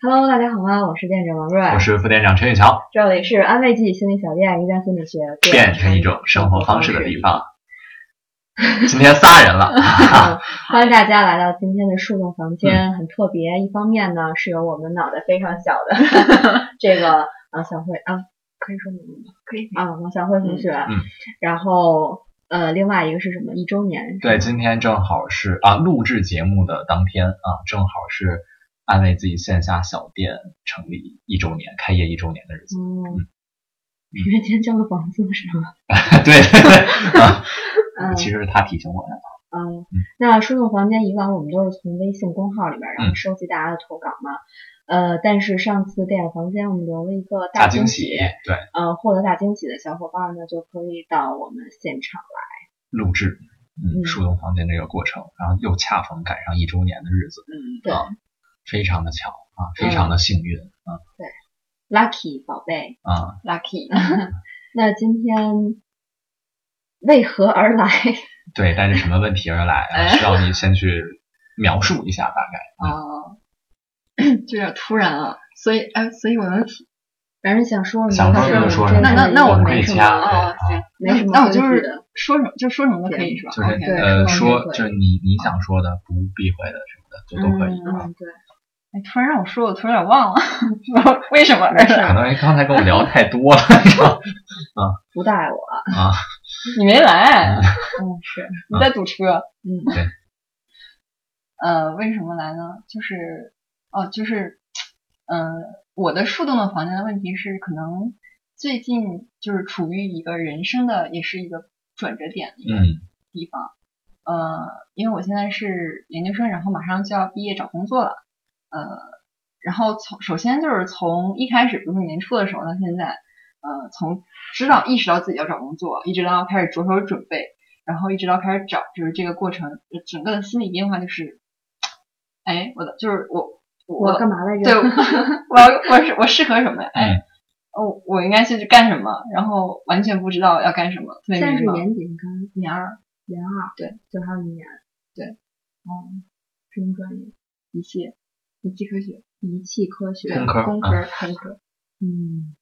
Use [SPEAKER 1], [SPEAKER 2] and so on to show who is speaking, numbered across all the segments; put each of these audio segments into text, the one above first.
[SPEAKER 1] Hello，大家好啊，我是店长王瑞，
[SPEAKER 2] 我是副店长陈玉桥，
[SPEAKER 1] 这里是安慰剂心理小店，一站心理学，
[SPEAKER 2] 变成一种生活方式的地方。今天仨人了，
[SPEAKER 1] 欢迎大家来到今天的树洞房
[SPEAKER 2] 嗯
[SPEAKER 1] 间，很特别。一方面呢，是有我们脑袋非常小 的这个啊小慧啊，可以说你名字吗
[SPEAKER 3] 可以。
[SPEAKER 1] 啊王小慧同学，
[SPEAKER 2] 嗯
[SPEAKER 1] 然后呃，另外一个是什么？一周年。
[SPEAKER 2] 对，今天正好是啊，录制节目的当天啊，正好是安慰自己线下小店成立一周年、开业一周年的日子。
[SPEAKER 1] 嗯，因为今天交的房租是吗？
[SPEAKER 2] 对， 啊，
[SPEAKER 1] 嗯
[SPEAKER 2] 其实是他提醒我的。
[SPEAKER 1] 嗯，那树洞房间以往我们都是从微信公号里边，
[SPEAKER 2] 嗯
[SPEAKER 1] 然后收集大家的投稿嘛。呃，但是上次电影房间我们留了一个
[SPEAKER 2] 大
[SPEAKER 1] 惊
[SPEAKER 2] 惊喜，对，
[SPEAKER 1] 呃，获得大惊喜的小伙伴呢，就可以到我们现场来。
[SPEAKER 2] 录制。
[SPEAKER 1] 嗯
[SPEAKER 2] 嗯，树洞房间这个过程，然后又恰逢赶上一周年的日子，
[SPEAKER 3] 嗯，
[SPEAKER 1] 对、
[SPEAKER 2] 啊非常的巧啊，非常的幸运
[SPEAKER 1] l u c k y 宝贝，
[SPEAKER 2] 啊。
[SPEAKER 3] ，lucky，
[SPEAKER 1] 那今天为何而来？
[SPEAKER 2] 对，带着什么问题而来啊？
[SPEAKER 3] 哎
[SPEAKER 2] 需要你先去描述一下大 概。
[SPEAKER 3] 哦，这有点突然啊，所以哎，所以我们
[SPEAKER 1] 反正想说什么
[SPEAKER 2] 想
[SPEAKER 3] 说什么
[SPEAKER 2] 说
[SPEAKER 1] 这
[SPEAKER 2] 什么
[SPEAKER 3] 那那那
[SPEAKER 2] 我们可
[SPEAKER 3] 没
[SPEAKER 2] 以
[SPEAKER 3] 什么
[SPEAKER 2] 掐
[SPEAKER 3] 哦，
[SPEAKER 2] 对
[SPEAKER 3] 行，
[SPEAKER 1] 没什么
[SPEAKER 3] 那我就
[SPEAKER 1] 规矩
[SPEAKER 3] 是
[SPEAKER 1] 的
[SPEAKER 3] 说什么就说什么都可以是吧
[SPEAKER 2] 就是
[SPEAKER 3] ？OK，
[SPEAKER 1] 对
[SPEAKER 2] 呃，
[SPEAKER 1] 说
[SPEAKER 2] 说
[SPEAKER 1] 都可以
[SPEAKER 2] 就是你你想说的不避讳的什么的，就都可以啊。
[SPEAKER 1] 嗯，对，
[SPEAKER 3] 哎，突然让我说，我突然有点忘了， 不知道为什么而
[SPEAKER 1] 没事
[SPEAKER 3] 来，
[SPEAKER 2] 啊 可能刚才跟我聊太多了，你知道
[SPEAKER 1] 不带我，
[SPEAKER 2] 啊，
[SPEAKER 3] 你没来，
[SPEAKER 1] 嗯，是，
[SPEAKER 3] 你在堵车。
[SPEAKER 1] 嗯，
[SPEAKER 3] 呃，为什么来呢？就是哦，就是呃，我的树洞的房间的问题是，可能最近就是处于一个人生的，也是一个转折点的一个
[SPEAKER 2] 嗯
[SPEAKER 3] 地方。呃，因为我现在是研究生，然后马上就要毕业找工作了。呃，然后从首先就是从一开始，比如说年初的时候到现在，呃，从知道意识到自己要找工作，一直到开始着手准备，然后一直到开始找，就是这个过程，呃整个的心理变化就是，哎，我的就是我
[SPEAKER 1] 我干嘛来着？
[SPEAKER 3] 对， 我要我是我适合什么呀？哎
[SPEAKER 2] 嗯，
[SPEAKER 3] 哦，我应该是去干什么？然后完全不知道要干什么，特别
[SPEAKER 1] 现在
[SPEAKER 3] 迷
[SPEAKER 1] 是
[SPEAKER 3] 茫。
[SPEAKER 1] 年底，你看
[SPEAKER 3] 年二
[SPEAKER 1] 研二，
[SPEAKER 3] 对，
[SPEAKER 1] 就还有一年，
[SPEAKER 3] 对，
[SPEAKER 1] 哦，什么专业？
[SPEAKER 3] 一系一系科学，
[SPEAKER 1] 仪器科学，
[SPEAKER 2] 工科啊
[SPEAKER 3] 工科、工科，
[SPEAKER 1] 嗯，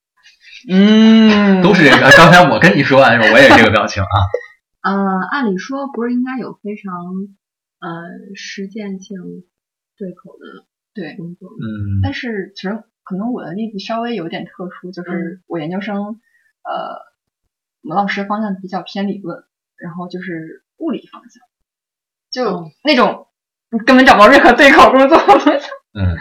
[SPEAKER 3] 嗯
[SPEAKER 2] 都是这个。刚才我跟你说完的时候，我也是这个表情啊。
[SPEAKER 1] 呃，按理说不是应该有非常呃实践性对口的
[SPEAKER 3] 对。
[SPEAKER 1] 工作吗？
[SPEAKER 2] 嗯，
[SPEAKER 3] 但是其实可能我的例子稍微有点特殊，就是我研究生，呃，我们老师的方向比较偏理论，然后就是物理方向，就
[SPEAKER 1] 哦
[SPEAKER 3] 那种你根本找不到任何对口工作的东西。
[SPEAKER 2] 嗯，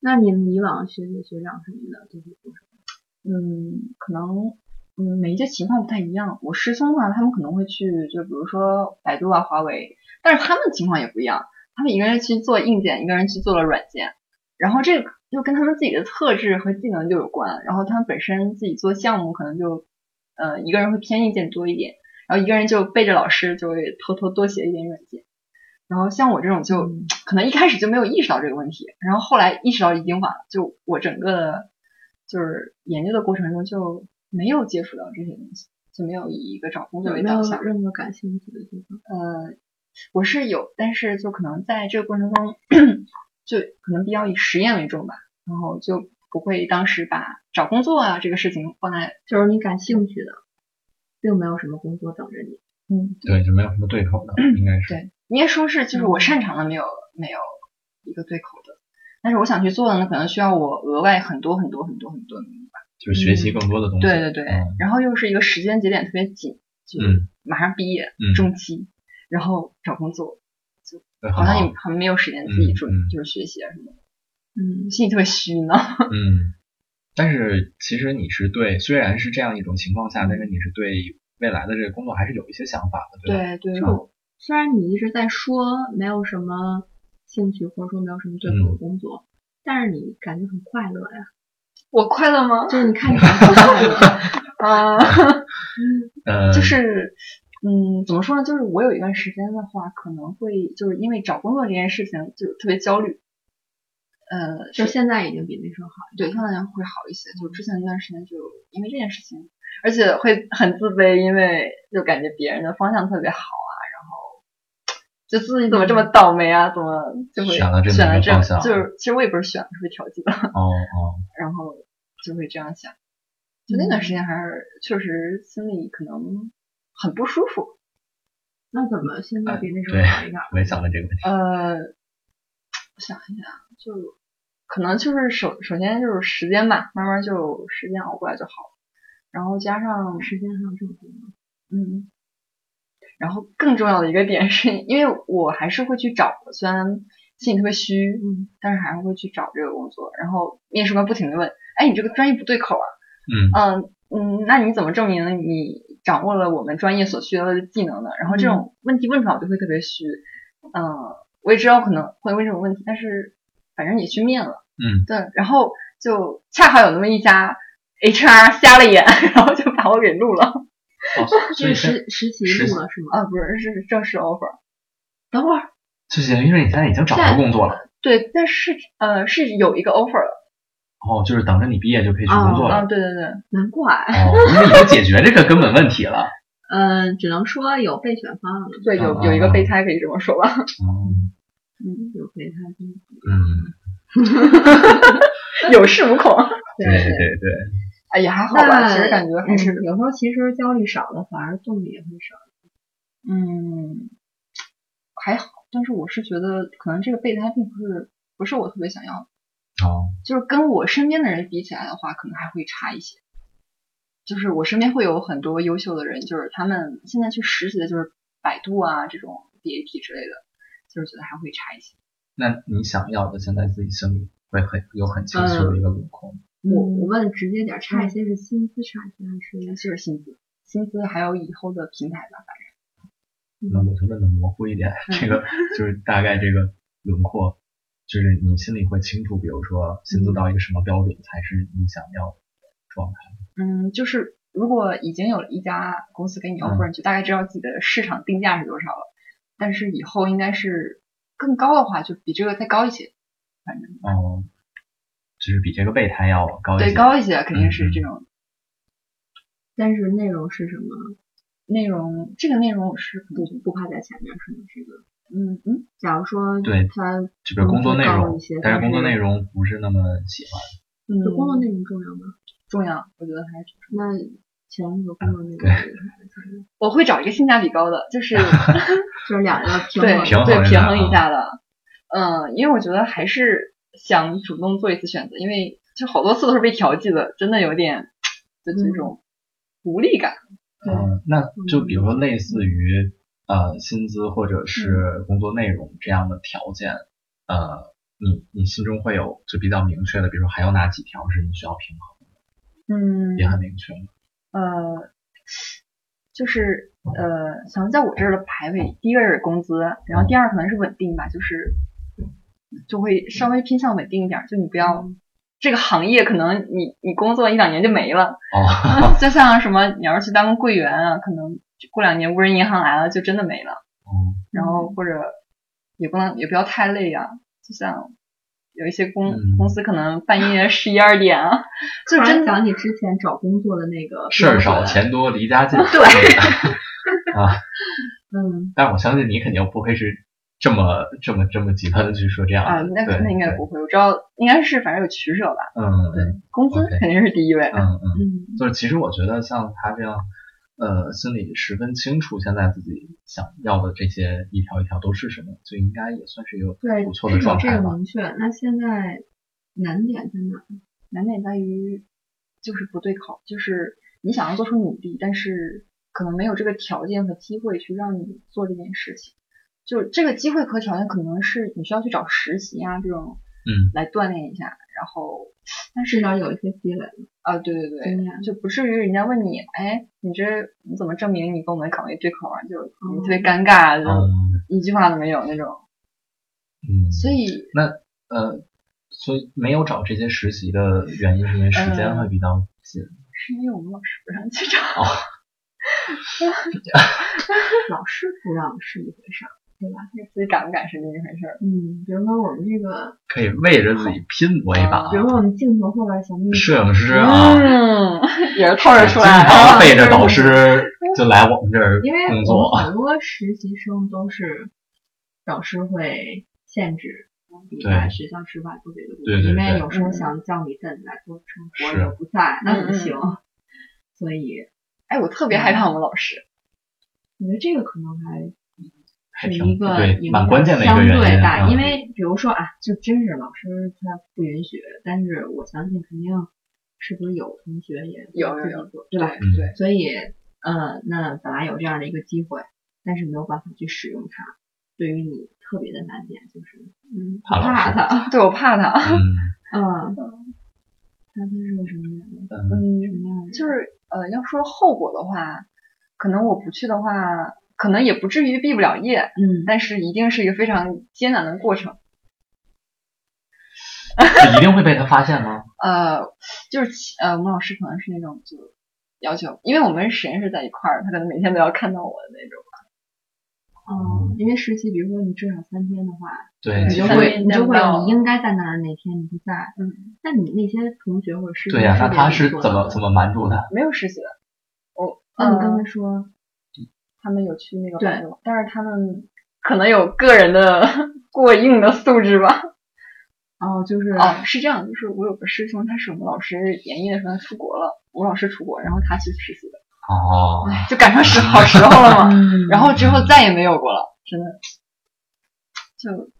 [SPEAKER 1] 那你们以往学姐学长什么的都是做什
[SPEAKER 3] 嗯，可能嗯每一届情况不太一样。我师兄的啊话，他们可能会去，就比如说百度啊、华为，但是他们情况也不一样。他们一个人去做硬件，一个人去做了软件，然后这个就跟他们自己的特质和技能就有关。然后他们本身自己做项目，可能就呃一个人会偏硬件多一点，然后一个人就背着老师就会偷偷多写一点软件。然后像我这种就
[SPEAKER 1] 嗯
[SPEAKER 3] 可能一开始就没有意识到这个问题，然后后来意识到已经晚了，就我整个的就是研究的过程中就没有接触到这些东西，就没有以一个找工作
[SPEAKER 1] 么？
[SPEAKER 3] 为
[SPEAKER 1] 有没
[SPEAKER 3] 导向
[SPEAKER 1] 有。任何感兴趣的地方？
[SPEAKER 3] 呃，我是有，但是就可能在这个过程中，就可能比较以实验为重吧，然后就不会当时把找工作啊这个事情放在
[SPEAKER 1] 就是你感兴趣的，并没有什么工作等着你。
[SPEAKER 3] 嗯，
[SPEAKER 2] 对，就没有什么对口的，应该是。
[SPEAKER 3] 对应该说是就是我
[SPEAKER 1] 嗯
[SPEAKER 3] 擅长的没有没有一个对口的，但是我想去做的呢，可能需要我额外很多很多很多很多的
[SPEAKER 2] 就是学习更多的东西。
[SPEAKER 3] 对对对，
[SPEAKER 2] 嗯
[SPEAKER 3] 然后又是一个时间节点特别紧，就
[SPEAKER 2] 嗯
[SPEAKER 3] 马上毕业、
[SPEAKER 2] 嗯
[SPEAKER 3] 中期，然后找工作，
[SPEAKER 2] 对，
[SPEAKER 3] 好
[SPEAKER 2] 很
[SPEAKER 3] 像
[SPEAKER 2] 好
[SPEAKER 3] 也。很没有时间自己
[SPEAKER 2] 嗯
[SPEAKER 3] 准、
[SPEAKER 2] 嗯
[SPEAKER 3] 就是学习啊什么的，
[SPEAKER 1] 嗯，
[SPEAKER 3] 心里特别虚呢。
[SPEAKER 2] 嗯，但是其实你是对，虽然是这样一种情况下，但是你是对未来的这个工作还是有一些想法的，吧？
[SPEAKER 3] 对对，
[SPEAKER 2] 是吧
[SPEAKER 1] 虽然你一直在说没有什么兴趣，或者说没有什么对
[SPEAKER 2] 嗯
[SPEAKER 1] 口的工作，但是你感觉很快乐呀。
[SPEAKER 3] 我快乐吗？
[SPEAKER 1] 就是你看起来很快乐。
[SPEAKER 3] 啊、
[SPEAKER 2] 呃，
[SPEAKER 3] 就是，嗯，怎么说呢？就是我有一段时间的话，可能会就是因为找工作这件事情，就特别焦虑。呃，
[SPEAKER 1] 就现在已经比那时候好。
[SPEAKER 3] 对，现在会好一些。就之前那段时间，就因为这件事情，而且会很自卑，因为就感觉别人的方向特别好啊，然后就自己怎么这么倒霉啊，怎么就会
[SPEAKER 2] 选了这么
[SPEAKER 3] 选
[SPEAKER 2] 一
[SPEAKER 3] 了
[SPEAKER 2] 个
[SPEAKER 3] 这
[SPEAKER 2] 方
[SPEAKER 3] 样，
[SPEAKER 2] 向
[SPEAKER 3] 就是其实我也不是选，是被调剂的，
[SPEAKER 2] 哦哦，
[SPEAKER 3] 然后就会这样想。就那
[SPEAKER 1] 嗯
[SPEAKER 3] 段时间还是确实心里可能很不舒服，
[SPEAKER 1] 那怎么现在比那时候
[SPEAKER 2] 对
[SPEAKER 1] 好一点？
[SPEAKER 2] 我也想问这个问题。
[SPEAKER 3] 呃，我想一想，就可能就是首首先就是时间吧，慢慢就时间熬过来就好了。然后加上
[SPEAKER 1] 时间上这么多，
[SPEAKER 3] 嗯，然后更重要的一个点是，因为我还是会去找的，虽然心里特别虚，
[SPEAKER 1] 嗯，
[SPEAKER 3] 但是还是会去找这个工作。然后面试官不停的问，哎，你这个专业不对口啊，
[SPEAKER 2] 嗯
[SPEAKER 3] 嗯嗯，那你怎么证明你掌握了我们专业所需要的技能呢？然后这种问题问出来，我就会特别虚。嗯、我也知道可能会问这种问题，但是反正也去面了，
[SPEAKER 2] 嗯，
[SPEAKER 3] 对。然后就恰好有那么一家 HR 瞎了眼， 然后就把我给录了。
[SPEAKER 2] 哦所
[SPEAKER 1] 这
[SPEAKER 2] 以现
[SPEAKER 1] 个实实习
[SPEAKER 2] 实习
[SPEAKER 1] 录了是吗？
[SPEAKER 3] 啊，不是，是正式 offer。等会儿，
[SPEAKER 2] 就等于是你现在已经找到
[SPEAKER 3] 在
[SPEAKER 2] 工作了，
[SPEAKER 3] 对，但是呃是有一个 offer 了。
[SPEAKER 2] 哦，就是等着你毕业就可以去工作
[SPEAKER 3] 啊，
[SPEAKER 2] 了。
[SPEAKER 3] 对对对，
[SPEAKER 1] 难怪，
[SPEAKER 2] 哦，因为已经解决这个根本问题了。
[SPEAKER 1] 嗯，只能说有备选方案了，
[SPEAKER 3] 对有有一个备胎可以这么说吧。
[SPEAKER 2] 嗯
[SPEAKER 3] 嗯，
[SPEAKER 1] 有备胎方案。
[SPEAKER 2] 嗯，
[SPEAKER 3] 有恃无恐。
[SPEAKER 2] 对对对，
[SPEAKER 3] 哎，也还好吧，
[SPEAKER 1] 那
[SPEAKER 3] 其实感觉还是
[SPEAKER 1] 嗯有时候其实焦虑少了，反而动力也会少。
[SPEAKER 3] 嗯，还好，但是我是觉得可能这个备胎并不是不是我特别想要的，
[SPEAKER 2] 哦，
[SPEAKER 3] 就是跟我身边的人比起来的话，可能还会差一些。就是我身边会有很多优秀的人，就是他们现在去实习的就是百度啊这种 BAT 之类的，就是觉得还会差一些。
[SPEAKER 2] 那你想要的现在自己心里会很有很清楚的一个轮廓。
[SPEAKER 1] 我
[SPEAKER 3] 嗯
[SPEAKER 1] 我问直接点儿，差一些是薪资差一些还是？
[SPEAKER 3] 就是薪资，薪资还有以后的平台吧，反
[SPEAKER 2] 那我就问的模糊一点，这 个就是大概这个轮廓，就是你心里会清楚，比如说薪资到一个什么标准才是你想要的状态。
[SPEAKER 3] 正嗯，就是如果已经有了一家公司给你
[SPEAKER 2] 嗯
[SPEAKER 3] offer，、你就大概知道自己的市场定价是多少了。但是以后应该是更高的话，就比这个再高一些，反正
[SPEAKER 2] 哦，就是比这个备胎要高一些。嗯
[SPEAKER 3] 对高一些肯定是这种
[SPEAKER 1] 但是内容是什么？
[SPEAKER 3] 内容。这个内容我是可
[SPEAKER 1] 不
[SPEAKER 3] 能就
[SPEAKER 1] 不排在前面是吗？这个，
[SPEAKER 3] 嗯嗯，
[SPEAKER 1] 假如说
[SPEAKER 2] 对
[SPEAKER 1] 他
[SPEAKER 2] 这个工作内
[SPEAKER 1] 更高
[SPEAKER 2] 容
[SPEAKER 1] 一些，
[SPEAKER 2] 但是
[SPEAKER 1] 但
[SPEAKER 2] 工作
[SPEAKER 1] 是
[SPEAKER 2] 内容不是那么喜欢。
[SPEAKER 1] 对工作
[SPEAKER 3] 嗯
[SPEAKER 1] 内容重要吗？
[SPEAKER 3] 重要，我觉得还是
[SPEAKER 1] 那前面的工作内容
[SPEAKER 2] 对
[SPEAKER 1] 排在前面，
[SPEAKER 3] 我会找一个性价比高的，就 是
[SPEAKER 1] 就是两个平
[SPEAKER 3] 对
[SPEAKER 1] 衡。
[SPEAKER 2] 平衡一
[SPEAKER 3] 对
[SPEAKER 2] 下
[SPEAKER 3] 平衡一
[SPEAKER 2] 啊
[SPEAKER 3] 下的。嗯，因为我觉得还是想主动做一次选择，因为就好多次都是被调剂的，真的有点就这种无力感。
[SPEAKER 1] 对
[SPEAKER 2] 嗯，那就比如说类似于呃薪资或者
[SPEAKER 3] 嗯
[SPEAKER 2] 是工作内容这样的条件，呃，你你心中会有就比较明确的，比如说还有哪几条是你需要平衡，
[SPEAKER 3] 嗯
[SPEAKER 2] 也很明确。
[SPEAKER 3] 呃，就是呃，想在我这儿的排位，第一个是工资，然后第二可能是稳定吧，就是就会稍微偏向稳定一点儿，就你不要。
[SPEAKER 2] 嗯
[SPEAKER 3] 这个行业可能你你工作一两年就没了，
[SPEAKER 2] 哦，
[SPEAKER 3] 就像什么你要是去当个柜员啊，可能过两年无人银行来了就真的没了。
[SPEAKER 2] 嗯
[SPEAKER 3] 然后或者也不能也不要太累啊，就像有一些公、
[SPEAKER 2] 嗯
[SPEAKER 3] 公司可能半夜十一二点啊，就
[SPEAKER 1] 突
[SPEAKER 3] 真
[SPEAKER 1] 然
[SPEAKER 3] 的
[SPEAKER 1] 想起之前找工作的那个
[SPEAKER 2] 事儿少，
[SPEAKER 1] 标准，
[SPEAKER 2] 钱多，离家近。
[SPEAKER 3] 对
[SPEAKER 2] 啊，
[SPEAKER 1] 嗯，
[SPEAKER 2] 但是我相信你肯定不会是这么这么这么极端的去说这样
[SPEAKER 3] 啊，
[SPEAKER 2] 的。
[SPEAKER 3] 那
[SPEAKER 2] 对
[SPEAKER 3] 那应该
[SPEAKER 2] 对
[SPEAKER 3] 不会，我知道应该是反正有取舍吧，
[SPEAKER 2] 嗯
[SPEAKER 3] 对工资
[SPEAKER 2] OK
[SPEAKER 3] 肯定是第一位，
[SPEAKER 2] 嗯嗯。
[SPEAKER 1] 嗯
[SPEAKER 2] 就是其实我觉得像他这样，呃，心里十分清楚现在自己想要的这些一条一条都是什么，就应该也算是一个
[SPEAKER 1] 对，
[SPEAKER 2] 不错的
[SPEAKER 1] 至少
[SPEAKER 2] 状态
[SPEAKER 1] 这个
[SPEAKER 2] 吧。
[SPEAKER 1] 明确。那现在难点在哪？
[SPEAKER 3] 难点在于就是不对口，就是你想要做出努力，但是可能没有这个条件和机会去让你做这件事情。就这个机会和条件，可能是你需要去找实习啊这种
[SPEAKER 2] 嗯
[SPEAKER 3] 来锻炼一下，然后但是
[SPEAKER 1] 至少有一些积累
[SPEAKER 3] 啊，对对对，
[SPEAKER 1] 经验。
[SPEAKER 3] 就不至于人家问你，哎，你这你怎么证明你跟我们岗位对口啊？就你特别尴尬，就
[SPEAKER 2] 嗯
[SPEAKER 3] 一句话都没有那种。
[SPEAKER 2] 嗯，
[SPEAKER 3] 所以，
[SPEAKER 2] 呃，所以没有找这些实习的原因是因为时间
[SPEAKER 1] 呃
[SPEAKER 2] 会比较紧。
[SPEAKER 3] 是因为我们老师不让去找，
[SPEAKER 1] 老师不让是一回事儿，
[SPEAKER 3] 自己敢不敢是另一回事儿。
[SPEAKER 1] 嗯，比如说我们这个，
[SPEAKER 2] 可以为着自己拼搏一把
[SPEAKER 3] 啊
[SPEAKER 2] 啊
[SPEAKER 1] 比。如说我们镜头后边小秘书，
[SPEAKER 2] 摄影师啊，
[SPEAKER 3] 嗯，也是透着出
[SPEAKER 2] 经
[SPEAKER 3] 来嗯
[SPEAKER 2] 常
[SPEAKER 3] 的。
[SPEAKER 2] 背着 导师就来我们这儿
[SPEAKER 1] 啊因为
[SPEAKER 2] 工
[SPEAKER 1] 我
[SPEAKER 2] 作。啊
[SPEAKER 1] 们很多实习生都是老师会限制你
[SPEAKER 2] 对
[SPEAKER 1] 来学校之外做别的工作，
[SPEAKER 2] 对对
[SPEAKER 1] 因为
[SPEAKER 2] 对
[SPEAKER 1] 有时候
[SPEAKER 3] 嗯
[SPEAKER 1] 想叫你在你来做生活
[SPEAKER 2] 是
[SPEAKER 1] 也不在，那不
[SPEAKER 3] 嗯嗯
[SPEAKER 1] 行。所以
[SPEAKER 3] 哎，我特别害怕我们老师，
[SPEAKER 1] 我觉得这个可能还
[SPEAKER 2] 还
[SPEAKER 1] 是
[SPEAKER 2] 挺
[SPEAKER 1] 一个
[SPEAKER 2] 对，
[SPEAKER 1] 影
[SPEAKER 2] 蛮
[SPEAKER 1] 响
[SPEAKER 2] 关键的一个
[SPEAKER 1] 相
[SPEAKER 2] 原
[SPEAKER 1] 对
[SPEAKER 2] 因
[SPEAKER 1] 大，
[SPEAKER 2] 啊。
[SPEAKER 1] 因为比如说啊，就真是老师他不允许，但是我相信肯定是不是有同学也
[SPEAKER 3] 有有
[SPEAKER 1] 自己
[SPEAKER 3] 有
[SPEAKER 1] 做，对
[SPEAKER 3] 对
[SPEAKER 1] 吧？
[SPEAKER 2] 嗯
[SPEAKER 3] 对，
[SPEAKER 1] 所以呃，那本来有这样的一个机会，但是没有办法去使用它，对于你特别的难点就是
[SPEAKER 3] 嗯，
[SPEAKER 2] 怕老
[SPEAKER 1] 怕
[SPEAKER 2] 师
[SPEAKER 1] 它，
[SPEAKER 3] 对我怕他，
[SPEAKER 2] 嗯
[SPEAKER 1] 嗯，那他是个什么样的？
[SPEAKER 2] 嗯
[SPEAKER 3] 嗯
[SPEAKER 1] 什，么样的？
[SPEAKER 3] 就是呃，要说后果的话，可能我不去的话，可能也不至于毕不了业，
[SPEAKER 1] 嗯，
[SPEAKER 3] 但是一定是一个非常艰难的过程。
[SPEAKER 2] 就一定会被他发现吗？
[SPEAKER 3] 呃，就是其呃，我们老师可能是那种就要求，因为我们实验室在一块儿，他可能每天都要看到我的那种。
[SPEAKER 1] 哦，因为实习，比如说你至少三天的话，
[SPEAKER 2] 对，
[SPEAKER 1] 你
[SPEAKER 2] 其
[SPEAKER 1] 嗯就
[SPEAKER 2] 实
[SPEAKER 1] 会你就会
[SPEAKER 3] 见不
[SPEAKER 1] 有
[SPEAKER 3] 到
[SPEAKER 1] 你应该在那儿那天你不在，
[SPEAKER 3] 嗯，
[SPEAKER 1] 那你那些同学或者师
[SPEAKER 2] 对呀、那他是怎么
[SPEAKER 1] 么？
[SPEAKER 2] 怎么瞒住他？
[SPEAKER 3] 没有实习的，我
[SPEAKER 1] 那你嗯跟
[SPEAKER 3] 呃
[SPEAKER 1] 他，说，
[SPEAKER 3] 他们有去那个
[SPEAKER 1] 对
[SPEAKER 3] 班的，但是他们可能有个人的 过硬的素质吧。
[SPEAKER 1] 哦，就是
[SPEAKER 3] 哦，是这样，就是我有个师兄，他是我们老师研一的时候他出国了，我们老师出国，然后他去实习的，
[SPEAKER 2] 哦，
[SPEAKER 1] 哎
[SPEAKER 3] 就赶上时 好时候了嘛。
[SPEAKER 1] 嗯
[SPEAKER 3] 然后之后再也没有过了，真的。就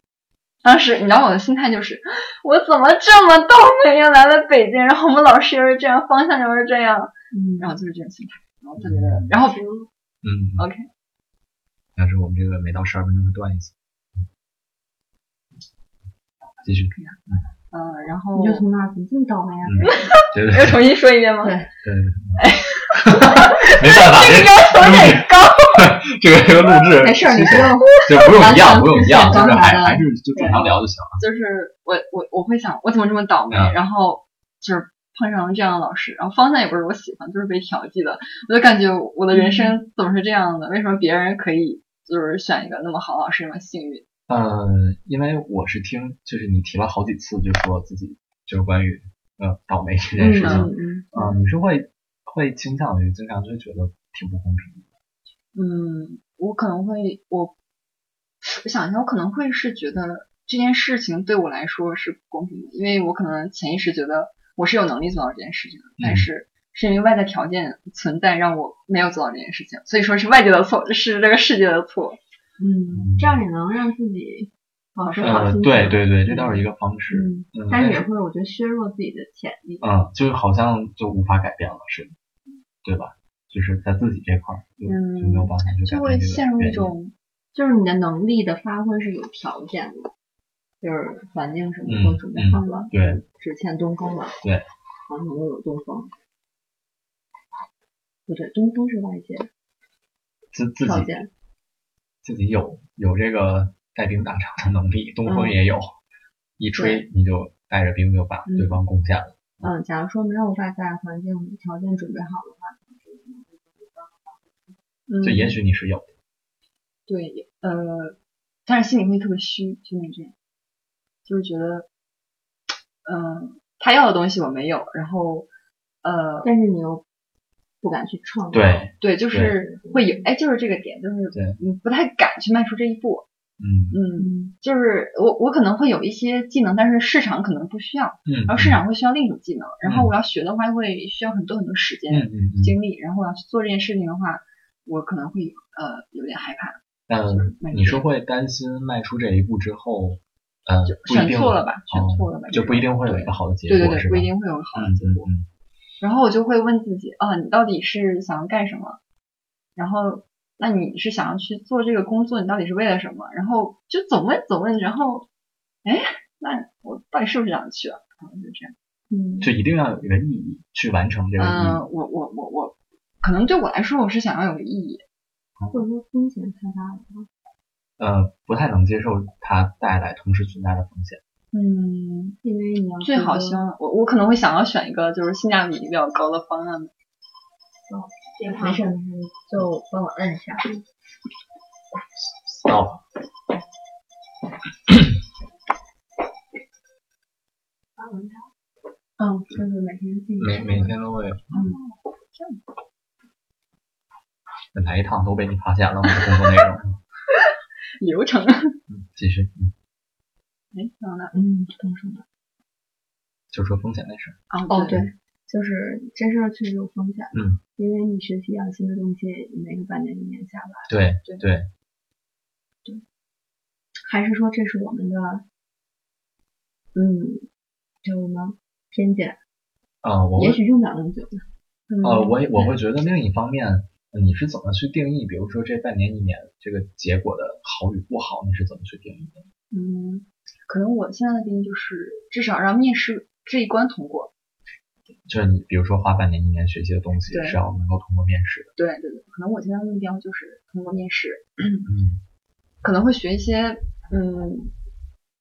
[SPEAKER 3] 当时你知道我的心态就是，我怎么这么倒霉呀？来了北京，然后我们老师又是这样，方向又是这样，
[SPEAKER 1] 嗯
[SPEAKER 3] 然后就是这种心态，然后特别的，然后
[SPEAKER 2] 嗯
[SPEAKER 3] OK
[SPEAKER 2] 但是我们这个每到十二分钟就断一次。继续，
[SPEAKER 3] 嗯、然后
[SPEAKER 1] 你就从那儿怎么这么倒霉啊？
[SPEAKER 2] 嗯，对对
[SPEAKER 3] 要重新说一遍吗？
[SPEAKER 1] 对
[SPEAKER 2] 对，没办法，
[SPEAKER 3] 这个要求有点高，
[SPEAKER 2] 这个这个录制
[SPEAKER 1] 没事儿，你不用
[SPEAKER 2] 就不用一
[SPEAKER 1] 完
[SPEAKER 2] 样，
[SPEAKER 1] 全
[SPEAKER 2] 不用一样，
[SPEAKER 1] 不
[SPEAKER 2] 就
[SPEAKER 1] 像
[SPEAKER 2] 是
[SPEAKER 1] 刚才
[SPEAKER 2] 还
[SPEAKER 1] 的
[SPEAKER 2] 还是就正常聊就行了。
[SPEAKER 3] 就是我我我会想，我怎么这么倒霉？
[SPEAKER 2] 嗯
[SPEAKER 3] 然后就是碰上了这样的老师，然后方向也不是我喜欢，就是被调剂的，我就感觉我的人生总是这样的，为什么别人可以就是选一个那么好的老师那么幸运？
[SPEAKER 2] 呃，因为我是听，就是你提了好几次，就说自己就是关于呃倒霉这件事情，
[SPEAKER 1] 嗯
[SPEAKER 2] 啊、
[SPEAKER 1] 嗯
[SPEAKER 2] 你是会会倾向于经常就觉得挺不公平的。
[SPEAKER 3] 嗯，我可能会，我我想一下，我可能会是觉得这件事情对我来说是不公平的，因为我可能潜意识觉得我是有能力做到这件事情的，但
[SPEAKER 2] 嗯
[SPEAKER 3] 是是因为外在条件存在让我没有做到这件事情，所以说是外界的错，是这个世界的错。
[SPEAKER 1] 嗯，这样也能让自己保持好
[SPEAKER 2] 呃，
[SPEAKER 1] 心情。
[SPEAKER 2] 对对对，这倒是一个方式，
[SPEAKER 1] 嗯，
[SPEAKER 2] 嗯，
[SPEAKER 1] 但是也会我觉得削弱自己的潜力。
[SPEAKER 2] 嗯，就是好像就无法改变了，是，对吧？就是在自己这块儿就
[SPEAKER 3] 嗯
[SPEAKER 2] 就没有办法去改变
[SPEAKER 3] 就会
[SPEAKER 2] 这个
[SPEAKER 3] 陷入
[SPEAKER 2] 原
[SPEAKER 3] 一
[SPEAKER 2] 因
[SPEAKER 3] 种，
[SPEAKER 1] 就是你的能力的发挥是有条件的，就是环境什么都准备好了，
[SPEAKER 2] 对
[SPEAKER 1] 只欠东风了。
[SPEAKER 2] 嗯对
[SPEAKER 1] 然后又有东风，不对，东风是外界
[SPEAKER 2] 自自
[SPEAKER 1] 条
[SPEAKER 2] 己
[SPEAKER 1] 件。
[SPEAKER 2] 自己有有这个带兵打仗的能力，东
[SPEAKER 3] 嗯
[SPEAKER 2] 风也有，一吹你就带着兵就把
[SPEAKER 1] 嗯
[SPEAKER 2] 对方攻下了。
[SPEAKER 1] 嗯，假如说没有外在环境条件准备好的话，
[SPEAKER 3] 嗯，
[SPEAKER 2] 就也许你是有的，
[SPEAKER 3] 对，呃，但是心里会特别虚，就那种，就是觉得，嗯、他要的东西我没有，然后，呃，
[SPEAKER 1] 但是你又不敢去创造。
[SPEAKER 2] 对，
[SPEAKER 3] 对，就是会有，哎，就是这个点，就是
[SPEAKER 2] 对
[SPEAKER 3] 嗯，不太敢去迈出这一步。
[SPEAKER 2] 嗯
[SPEAKER 3] 嗯，
[SPEAKER 1] 嗯，
[SPEAKER 3] 就是我我可能会有一些技能，但是市场可能不需要，
[SPEAKER 2] 嗯，
[SPEAKER 3] 然后市场会需要另一种技能，然后
[SPEAKER 2] 嗯
[SPEAKER 3] 我要学的话会需要很多很多时
[SPEAKER 2] 嗯
[SPEAKER 3] 间、
[SPEAKER 2] 嗯嗯，
[SPEAKER 3] 精力，然后我要去做这件事情的话，我可能会呃有点害怕。
[SPEAKER 2] 嗯，
[SPEAKER 3] 迈
[SPEAKER 2] 那
[SPEAKER 3] 出
[SPEAKER 2] 你
[SPEAKER 3] 这
[SPEAKER 2] 是
[SPEAKER 3] 一步
[SPEAKER 2] 会担心迈出这一步之后，呃
[SPEAKER 3] 就，
[SPEAKER 2] 不一
[SPEAKER 3] 选
[SPEAKER 2] 定
[SPEAKER 3] 错了吧
[SPEAKER 2] 哦
[SPEAKER 3] 选错了吧
[SPEAKER 2] 就不一定会有
[SPEAKER 3] 对
[SPEAKER 2] 一个好的结
[SPEAKER 3] 对对
[SPEAKER 2] 果，
[SPEAKER 3] 对，
[SPEAKER 2] 是
[SPEAKER 3] 不
[SPEAKER 2] 吧
[SPEAKER 3] 一？定会有好
[SPEAKER 2] 嗯
[SPEAKER 3] 的结果。
[SPEAKER 2] 嗯
[SPEAKER 3] 然后我就会问自己啊，你到底是想要干什么？然后那你是想要去做这个工作，你到底是为了什么？然后就总问总问，然后哎，那我到底是不是想去啊？然后就这样。
[SPEAKER 1] 嗯
[SPEAKER 2] 嗯，，就一定要有一个意义去完成这个意
[SPEAKER 3] 嗯、
[SPEAKER 2] 义。
[SPEAKER 3] 我我我我，可能对我来说，我是想要有个意义。
[SPEAKER 1] 或者说风险太大了。
[SPEAKER 2] 呃，不太能接受它带来同时存在的风险。
[SPEAKER 3] 嗯，
[SPEAKER 1] 因为你要
[SPEAKER 3] 最好希
[SPEAKER 1] 消
[SPEAKER 3] 望我我可能会想要选一个就是性价比比较高的方案。
[SPEAKER 1] 没事没事，你就帮我摁一下。
[SPEAKER 2] 到了，
[SPEAKER 1] 嗯，就是每天自己
[SPEAKER 2] 每每天都会有。
[SPEAKER 3] 嗯，
[SPEAKER 2] 本来一趟都被你发现了我的工作内容。
[SPEAKER 3] 流程。
[SPEAKER 2] 嗯继续，嗯，
[SPEAKER 3] 哎，然后呢？
[SPEAKER 1] 嗯，刚说哪？
[SPEAKER 2] 就说风险那事儿，
[SPEAKER 3] 啊，
[SPEAKER 1] 哦，对，就是这事儿确实有风险，
[SPEAKER 2] 嗯，
[SPEAKER 1] 因为你学习一样新的东西，你没个半年一年下来，
[SPEAKER 2] 对
[SPEAKER 3] 对
[SPEAKER 2] 对，
[SPEAKER 1] 还是说这是我们的，嗯，叫什么偏见？
[SPEAKER 2] 啊，我
[SPEAKER 1] 也
[SPEAKER 2] 会
[SPEAKER 1] 许用不了那么久呢。嗯，
[SPEAKER 2] 呃，我也我会觉得另一方面，你是怎么去定义，比如说这半年一年这个结果的好与不好，你是怎么去定义的？
[SPEAKER 3] 嗯，可能我现在的定义就是，至少让面试这一关通过。
[SPEAKER 2] 就是你比如说花半年一年学习的东西
[SPEAKER 3] 对
[SPEAKER 2] 是要能够通过面试的，
[SPEAKER 3] 对对对，可能我现在的目标就是通过面试，
[SPEAKER 2] 嗯
[SPEAKER 3] 可能会学一些嗯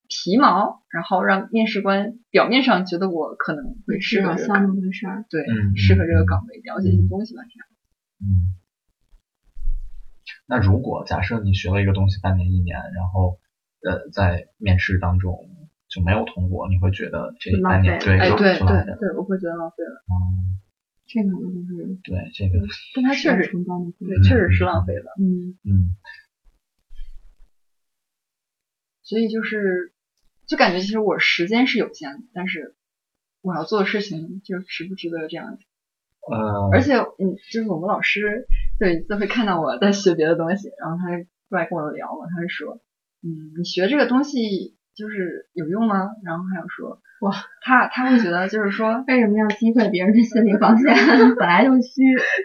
[SPEAKER 3] 皮毛，然后让面试官表面上觉得我可能会适
[SPEAKER 1] 是
[SPEAKER 3] 合
[SPEAKER 1] 好
[SPEAKER 3] 这个
[SPEAKER 1] 像
[SPEAKER 3] 岗
[SPEAKER 1] 那回事儿。
[SPEAKER 3] 对、
[SPEAKER 2] 嗯
[SPEAKER 3] 适合这个
[SPEAKER 2] 嗯
[SPEAKER 3] 岗位，了解一些
[SPEAKER 2] 嗯
[SPEAKER 3] 东西吧，这样。
[SPEAKER 2] 嗯。那如果假设你学了一个东西半年一年，然后呃在面试当中就没有通过，你会觉得这
[SPEAKER 1] 浪
[SPEAKER 2] 半年
[SPEAKER 1] 费
[SPEAKER 2] 对
[SPEAKER 3] 哎，
[SPEAKER 2] 就
[SPEAKER 3] 对
[SPEAKER 2] 就浪费
[SPEAKER 3] 对
[SPEAKER 2] 了，
[SPEAKER 3] 对，我会觉得浪费了，
[SPEAKER 2] 嗯，
[SPEAKER 1] 这可能就是
[SPEAKER 2] 对这个
[SPEAKER 3] 但它确
[SPEAKER 1] 要
[SPEAKER 3] 实
[SPEAKER 1] 承担的风
[SPEAKER 3] 对
[SPEAKER 1] 险。
[SPEAKER 3] 确实是浪费了。
[SPEAKER 1] 嗯，
[SPEAKER 2] 嗯
[SPEAKER 3] 所以就是，就感觉其实我时间是有限的，但是我要做的事情就值不值得这样子。
[SPEAKER 2] 呃
[SPEAKER 3] 而且，嗯，就是我们老师就有一次会看到我在学别的东西，然后他就过来跟我聊嘛，他就说，嗯，你学这个东西就是有用吗？然后还有说，
[SPEAKER 1] 哇，
[SPEAKER 3] 他他会觉得就 是说，
[SPEAKER 1] 为什么要击溃别人的心理防线？ 本来就虚，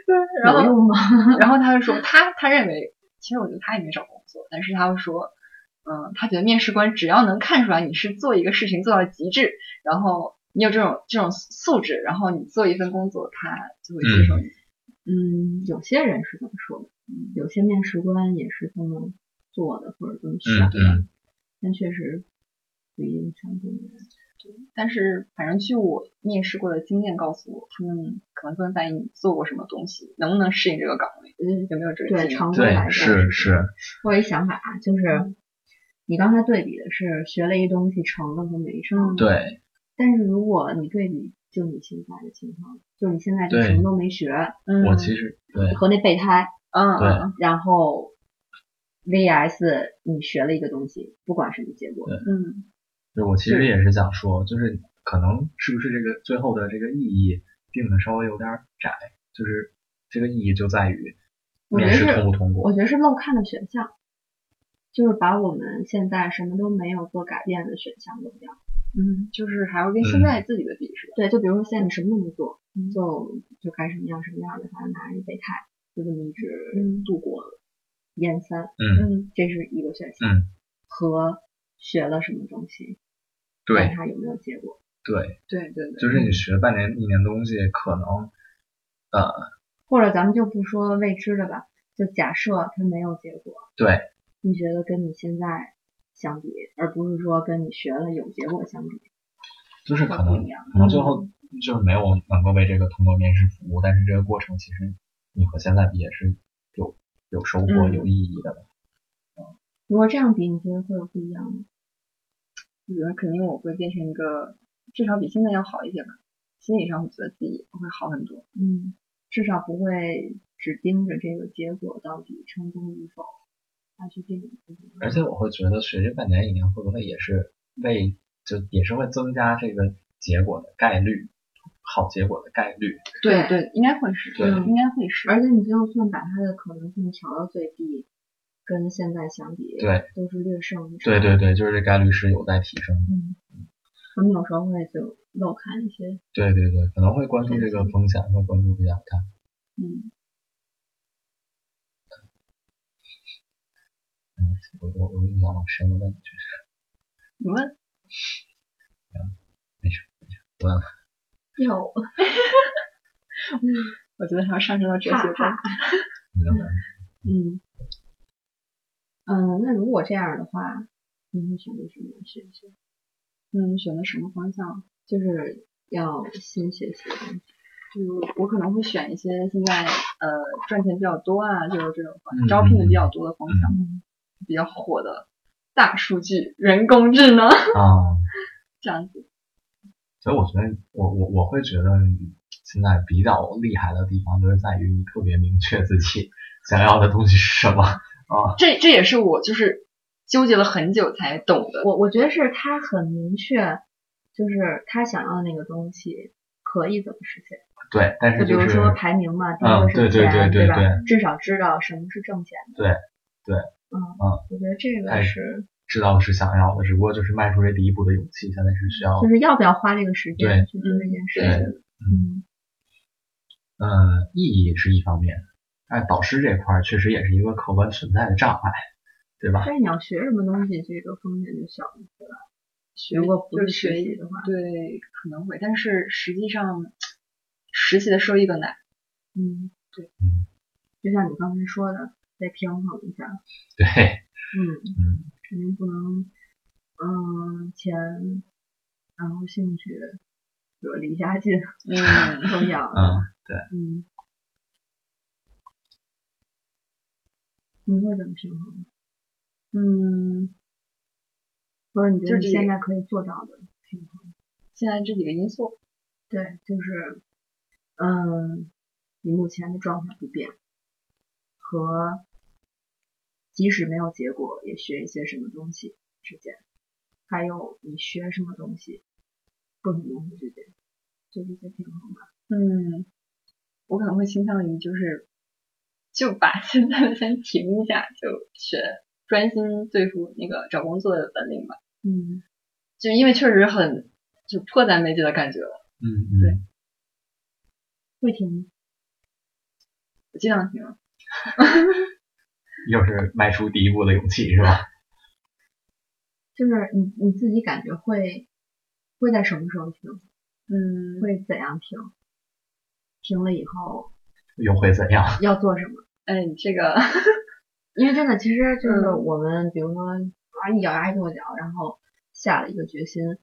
[SPEAKER 3] 对，然
[SPEAKER 1] 有
[SPEAKER 3] 后
[SPEAKER 1] 用吗？
[SPEAKER 3] 然后他就说他他认为，其实我觉得他也没找工作，但是他会说，嗯、他觉得面试官只要能看出来你是做一个事情做到极致，然后你有这种这种素质，然后你做一份工作，他就会接受你。
[SPEAKER 1] 嗯，有些人是这么说的，嗯有些面试官也是这么做的，或者这么想的，
[SPEAKER 2] 嗯
[SPEAKER 1] 但确实不一定全部的人。
[SPEAKER 3] 但是反正据我面试过的经验告诉我，他们可能更在意你做过什么东西，能不能适应这个岗位，
[SPEAKER 1] 嗯，
[SPEAKER 3] 有没有这个
[SPEAKER 1] 对，
[SPEAKER 3] 经验
[SPEAKER 1] 常。规来
[SPEAKER 2] 对
[SPEAKER 1] 说
[SPEAKER 2] 是是
[SPEAKER 1] 我有一想法啊，就是你刚才对比的是学了一东西成了和没成，
[SPEAKER 3] 嗯
[SPEAKER 2] 对
[SPEAKER 1] 但是如果你对比就你现在的情况，就你现在就
[SPEAKER 2] 对
[SPEAKER 1] 什么都没学，
[SPEAKER 3] 嗯，
[SPEAKER 2] 我其实对
[SPEAKER 1] 和那备胎，
[SPEAKER 3] 嗯
[SPEAKER 2] 对
[SPEAKER 3] 嗯
[SPEAKER 1] 然后 VS 你学了一个东西，不管什么结果，
[SPEAKER 2] 对
[SPEAKER 3] 嗯
[SPEAKER 2] 对，我其实
[SPEAKER 1] 是
[SPEAKER 2] 也是想说，就是可能是不是这个最后的这个意义定的稍微有点窄，就是这个意义就在于
[SPEAKER 1] 我觉得
[SPEAKER 2] 面试
[SPEAKER 1] 是
[SPEAKER 2] 通不通
[SPEAKER 1] 我
[SPEAKER 2] 过。
[SPEAKER 1] 觉得是漏看的选项，就是把我们现在什么都没有做改变的选项漏掉。
[SPEAKER 3] 嗯，就是还会跟现在自己的比是吧？
[SPEAKER 1] 对，就比如说现在你什么都没做，
[SPEAKER 3] 嗯
[SPEAKER 1] 就就该什么样什么样的，反正拿着一备胎，就这么一直
[SPEAKER 3] 嗯
[SPEAKER 1] 度过研三，
[SPEAKER 2] 嗯，
[SPEAKER 3] 嗯
[SPEAKER 1] 这是一个选项，
[SPEAKER 2] 嗯
[SPEAKER 1] 和学了什么东西，管
[SPEAKER 2] 对
[SPEAKER 1] 它有没有结果。
[SPEAKER 2] 对，
[SPEAKER 3] 对对对，
[SPEAKER 2] 就是你学半年一年东西，可能呃
[SPEAKER 1] 或者咱们就不说未知的吧，就假设它没有结果，
[SPEAKER 2] 对
[SPEAKER 1] 你觉得跟你现在相比，而不是说跟你学了有结果相比，
[SPEAKER 2] 就是
[SPEAKER 1] 会
[SPEAKER 2] 可
[SPEAKER 1] 不
[SPEAKER 2] 能
[SPEAKER 1] 一样。嗯
[SPEAKER 2] 可能最后就是没有能够为这个通过面试服务，但是这个过程其实你和现在比也是有有收获、
[SPEAKER 3] 嗯
[SPEAKER 2] 有意义的吧。
[SPEAKER 1] 如果这样比，你觉得会有不一样吗？
[SPEAKER 3] 我觉得肯定我会变成一个至少比现在要好一些吧，心理上会觉得自己会好很多。
[SPEAKER 1] 嗯，至少不会只盯着这个结果到底成功与否来去定义自己。
[SPEAKER 2] 而且我会觉得学这半年一年会不会也是为就也是会增加这个结果的概率，好结果的概率。
[SPEAKER 1] 对嗯
[SPEAKER 3] 对，应该会是，
[SPEAKER 2] 对
[SPEAKER 3] 应该会是。
[SPEAKER 1] 而且你就算把它的可能性调到最低，跟现在相比，
[SPEAKER 2] 对，
[SPEAKER 1] 都是略胜一筹。
[SPEAKER 2] 对对对，就是这概率是有待提升的。
[SPEAKER 1] 嗯，我们有时候会就漏看一些，
[SPEAKER 2] 对对对，可能会关注这个风险，会关注比较看。
[SPEAKER 3] 嗯，
[SPEAKER 2] 嗯我我我印象往深了问题，
[SPEAKER 3] 你问，
[SPEAKER 1] 有
[SPEAKER 3] 我觉得还要上升到哲学
[SPEAKER 1] 怕
[SPEAKER 3] 吧。
[SPEAKER 2] 你能不能
[SPEAKER 1] 嗯，嗯，那如果这样的话，你会选择什么样的学习？
[SPEAKER 3] 嗯，选择什么方向？
[SPEAKER 1] 就是要新学习的东西。
[SPEAKER 3] 就我可能会选一些现在呃赚钱比较多啊，就是这种
[SPEAKER 2] 嗯
[SPEAKER 3] 招聘的比较多的方向，
[SPEAKER 1] 嗯，
[SPEAKER 3] 比较火的大数据、人工智能
[SPEAKER 2] 啊？
[SPEAKER 3] 这样子。
[SPEAKER 2] 所以我觉得我我我会觉得你现在比较厉害的地方就是在于你特别明确自己想要的东西是什么啊。
[SPEAKER 3] 这这也是我就是纠结了很久才懂的。
[SPEAKER 1] 我我觉得是他很明确，就是他想要那个东西可以怎么实现。
[SPEAKER 2] 对，但是
[SPEAKER 1] 就比
[SPEAKER 2] 哎就
[SPEAKER 1] 如
[SPEAKER 2] 是
[SPEAKER 1] 说排名嘛，第一
[SPEAKER 2] 嗯
[SPEAKER 1] 个是
[SPEAKER 2] 对对
[SPEAKER 1] 钱，
[SPEAKER 2] 对对
[SPEAKER 1] 吧
[SPEAKER 2] 对？
[SPEAKER 1] 至少知道什么是挣钱的。
[SPEAKER 2] 对对，
[SPEAKER 1] 嗯
[SPEAKER 2] 嗯，
[SPEAKER 1] 我觉得这个
[SPEAKER 2] 哎
[SPEAKER 1] 是
[SPEAKER 2] 知道是想要的，只不过就是迈出这第一步的勇气，现在是需要
[SPEAKER 1] 就是要不要花这个时
[SPEAKER 2] 对
[SPEAKER 1] 间去做这件事
[SPEAKER 2] 对
[SPEAKER 1] 情。嗯，
[SPEAKER 2] 呃，意义是一方面，但导师这块儿确实也是一个客观存在的障碍，对吧？
[SPEAKER 1] 但是你要学什么东西，这个风险就小一些了。
[SPEAKER 3] 学
[SPEAKER 1] 如果不
[SPEAKER 3] 就是是
[SPEAKER 1] 学
[SPEAKER 3] 学
[SPEAKER 1] 习的话，
[SPEAKER 3] 对，可能会，但是实际上实习的收益更难。
[SPEAKER 1] 嗯，对，
[SPEAKER 2] 嗯
[SPEAKER 1] 就像你刚才说的，得平衡一下。
[SPEAKER 2] 对，
[SPEAKER 1] 嗯，
[SPEAKER 2] 嗯，
[SPEAKER 1] 肯定不能，嗯，钱，然后兴趣，比如离家近
[SPEAKER 3] 嗯，
[SPEAKER 1] 都要。
[SPEAKER 2] 嗯，
[SPEAKER 1] 嗯，你会怎么平衡？
[SPEAKER 3] 嗯，
[SPEAKER 1] 或者你觉得
[SPEAKER 3] 就
[SPEAKER 1] 你
[SPEAKER 3] 是
[SPEAKER 1] 现在可以做到的？
[SPEAKER 3] 现在这几个因素，
[SPEAKER 1] 对，就是，嗯，你目前的状态不变，和即使没有结果也学一些什么东西之间，还有你学什么东西，不同东西之间，就是一些平衡吧。
[SPEAKER 3] 嗯，我可能会倾向于就是就把现在的先停一下，就学专心对付那个找工作的本领吧。
[SPEAKER 1] 嗯，
[SPEAKER 3] 就因为确实很就迫在眉睫的感觉了，
[SPEAKER 2] 嗯
[SPEAKER 3] 对
[SPEAKER 2] 嗯，
[SPEAKER 1] 会停。
[SPEAKER 3] 我尽量停。
[SPEAKER 2] 又是迈出第一步的勇气是吧？
[SPEAKER 1] 就是你你自己感觉会会在什么时候停？
[SPEAKER 3] 嗯会
[SPEAKER 1] 会怎样停？停了以后
[SPEAKER 2] 又会怎样？
[SPEAKER 1] 要做什么？
[SPEAKER 3] 哎，你这个
[SPEAKER 1] 因为真的，其实就是
[SPEAKER 3] 嗯
[SPEAKER 1] 我们，比如说啊，一咬牙一跺脚，然后下了一个决心，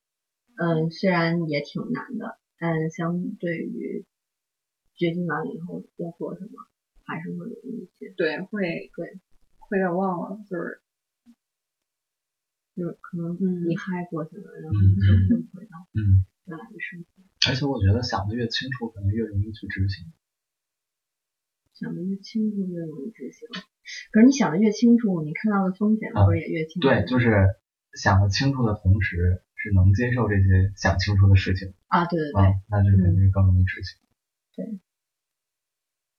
[SPEAKER 1] 嗯，虽然也挺难的，但相对于决定完了以后要做什么，还是会容易一些，
[SPEAKER 3] 对会
[SPEAKER 1] 对
[SPEAKER 3] 会有点忘了，就是
[SPEAKER 1] 就是可能
[SPEAKER 3] 嗯
[SPEAKER 1] 一嗨过去了，然后
[SPEAKER 2] 嗯
[SPEAKER 1] 就又回到
[SPEAKER 2] 嗯，
[SPEAKER 1] 原来的生活，
[SPEAKER 2] 而且我觉得想的越清楚，可能越容易去执行。
[SPEAKER 1] 想的越清楚越容易执行。可是你想的越清楚，你看到的风险
[SPEAKER 2] 啊
[SPEAKER 1] 不是也
[SPEAKER 3] 嗯
[SPEAKER 1] 越清楚？
[SPEAKER 2] 对，就是想得清楚的同时，是能接受这些想清楚的事情
[SPEAKER 1] 啊，对对对，
[SPEAKER 2] 啊，那就是肯定是更容易执行。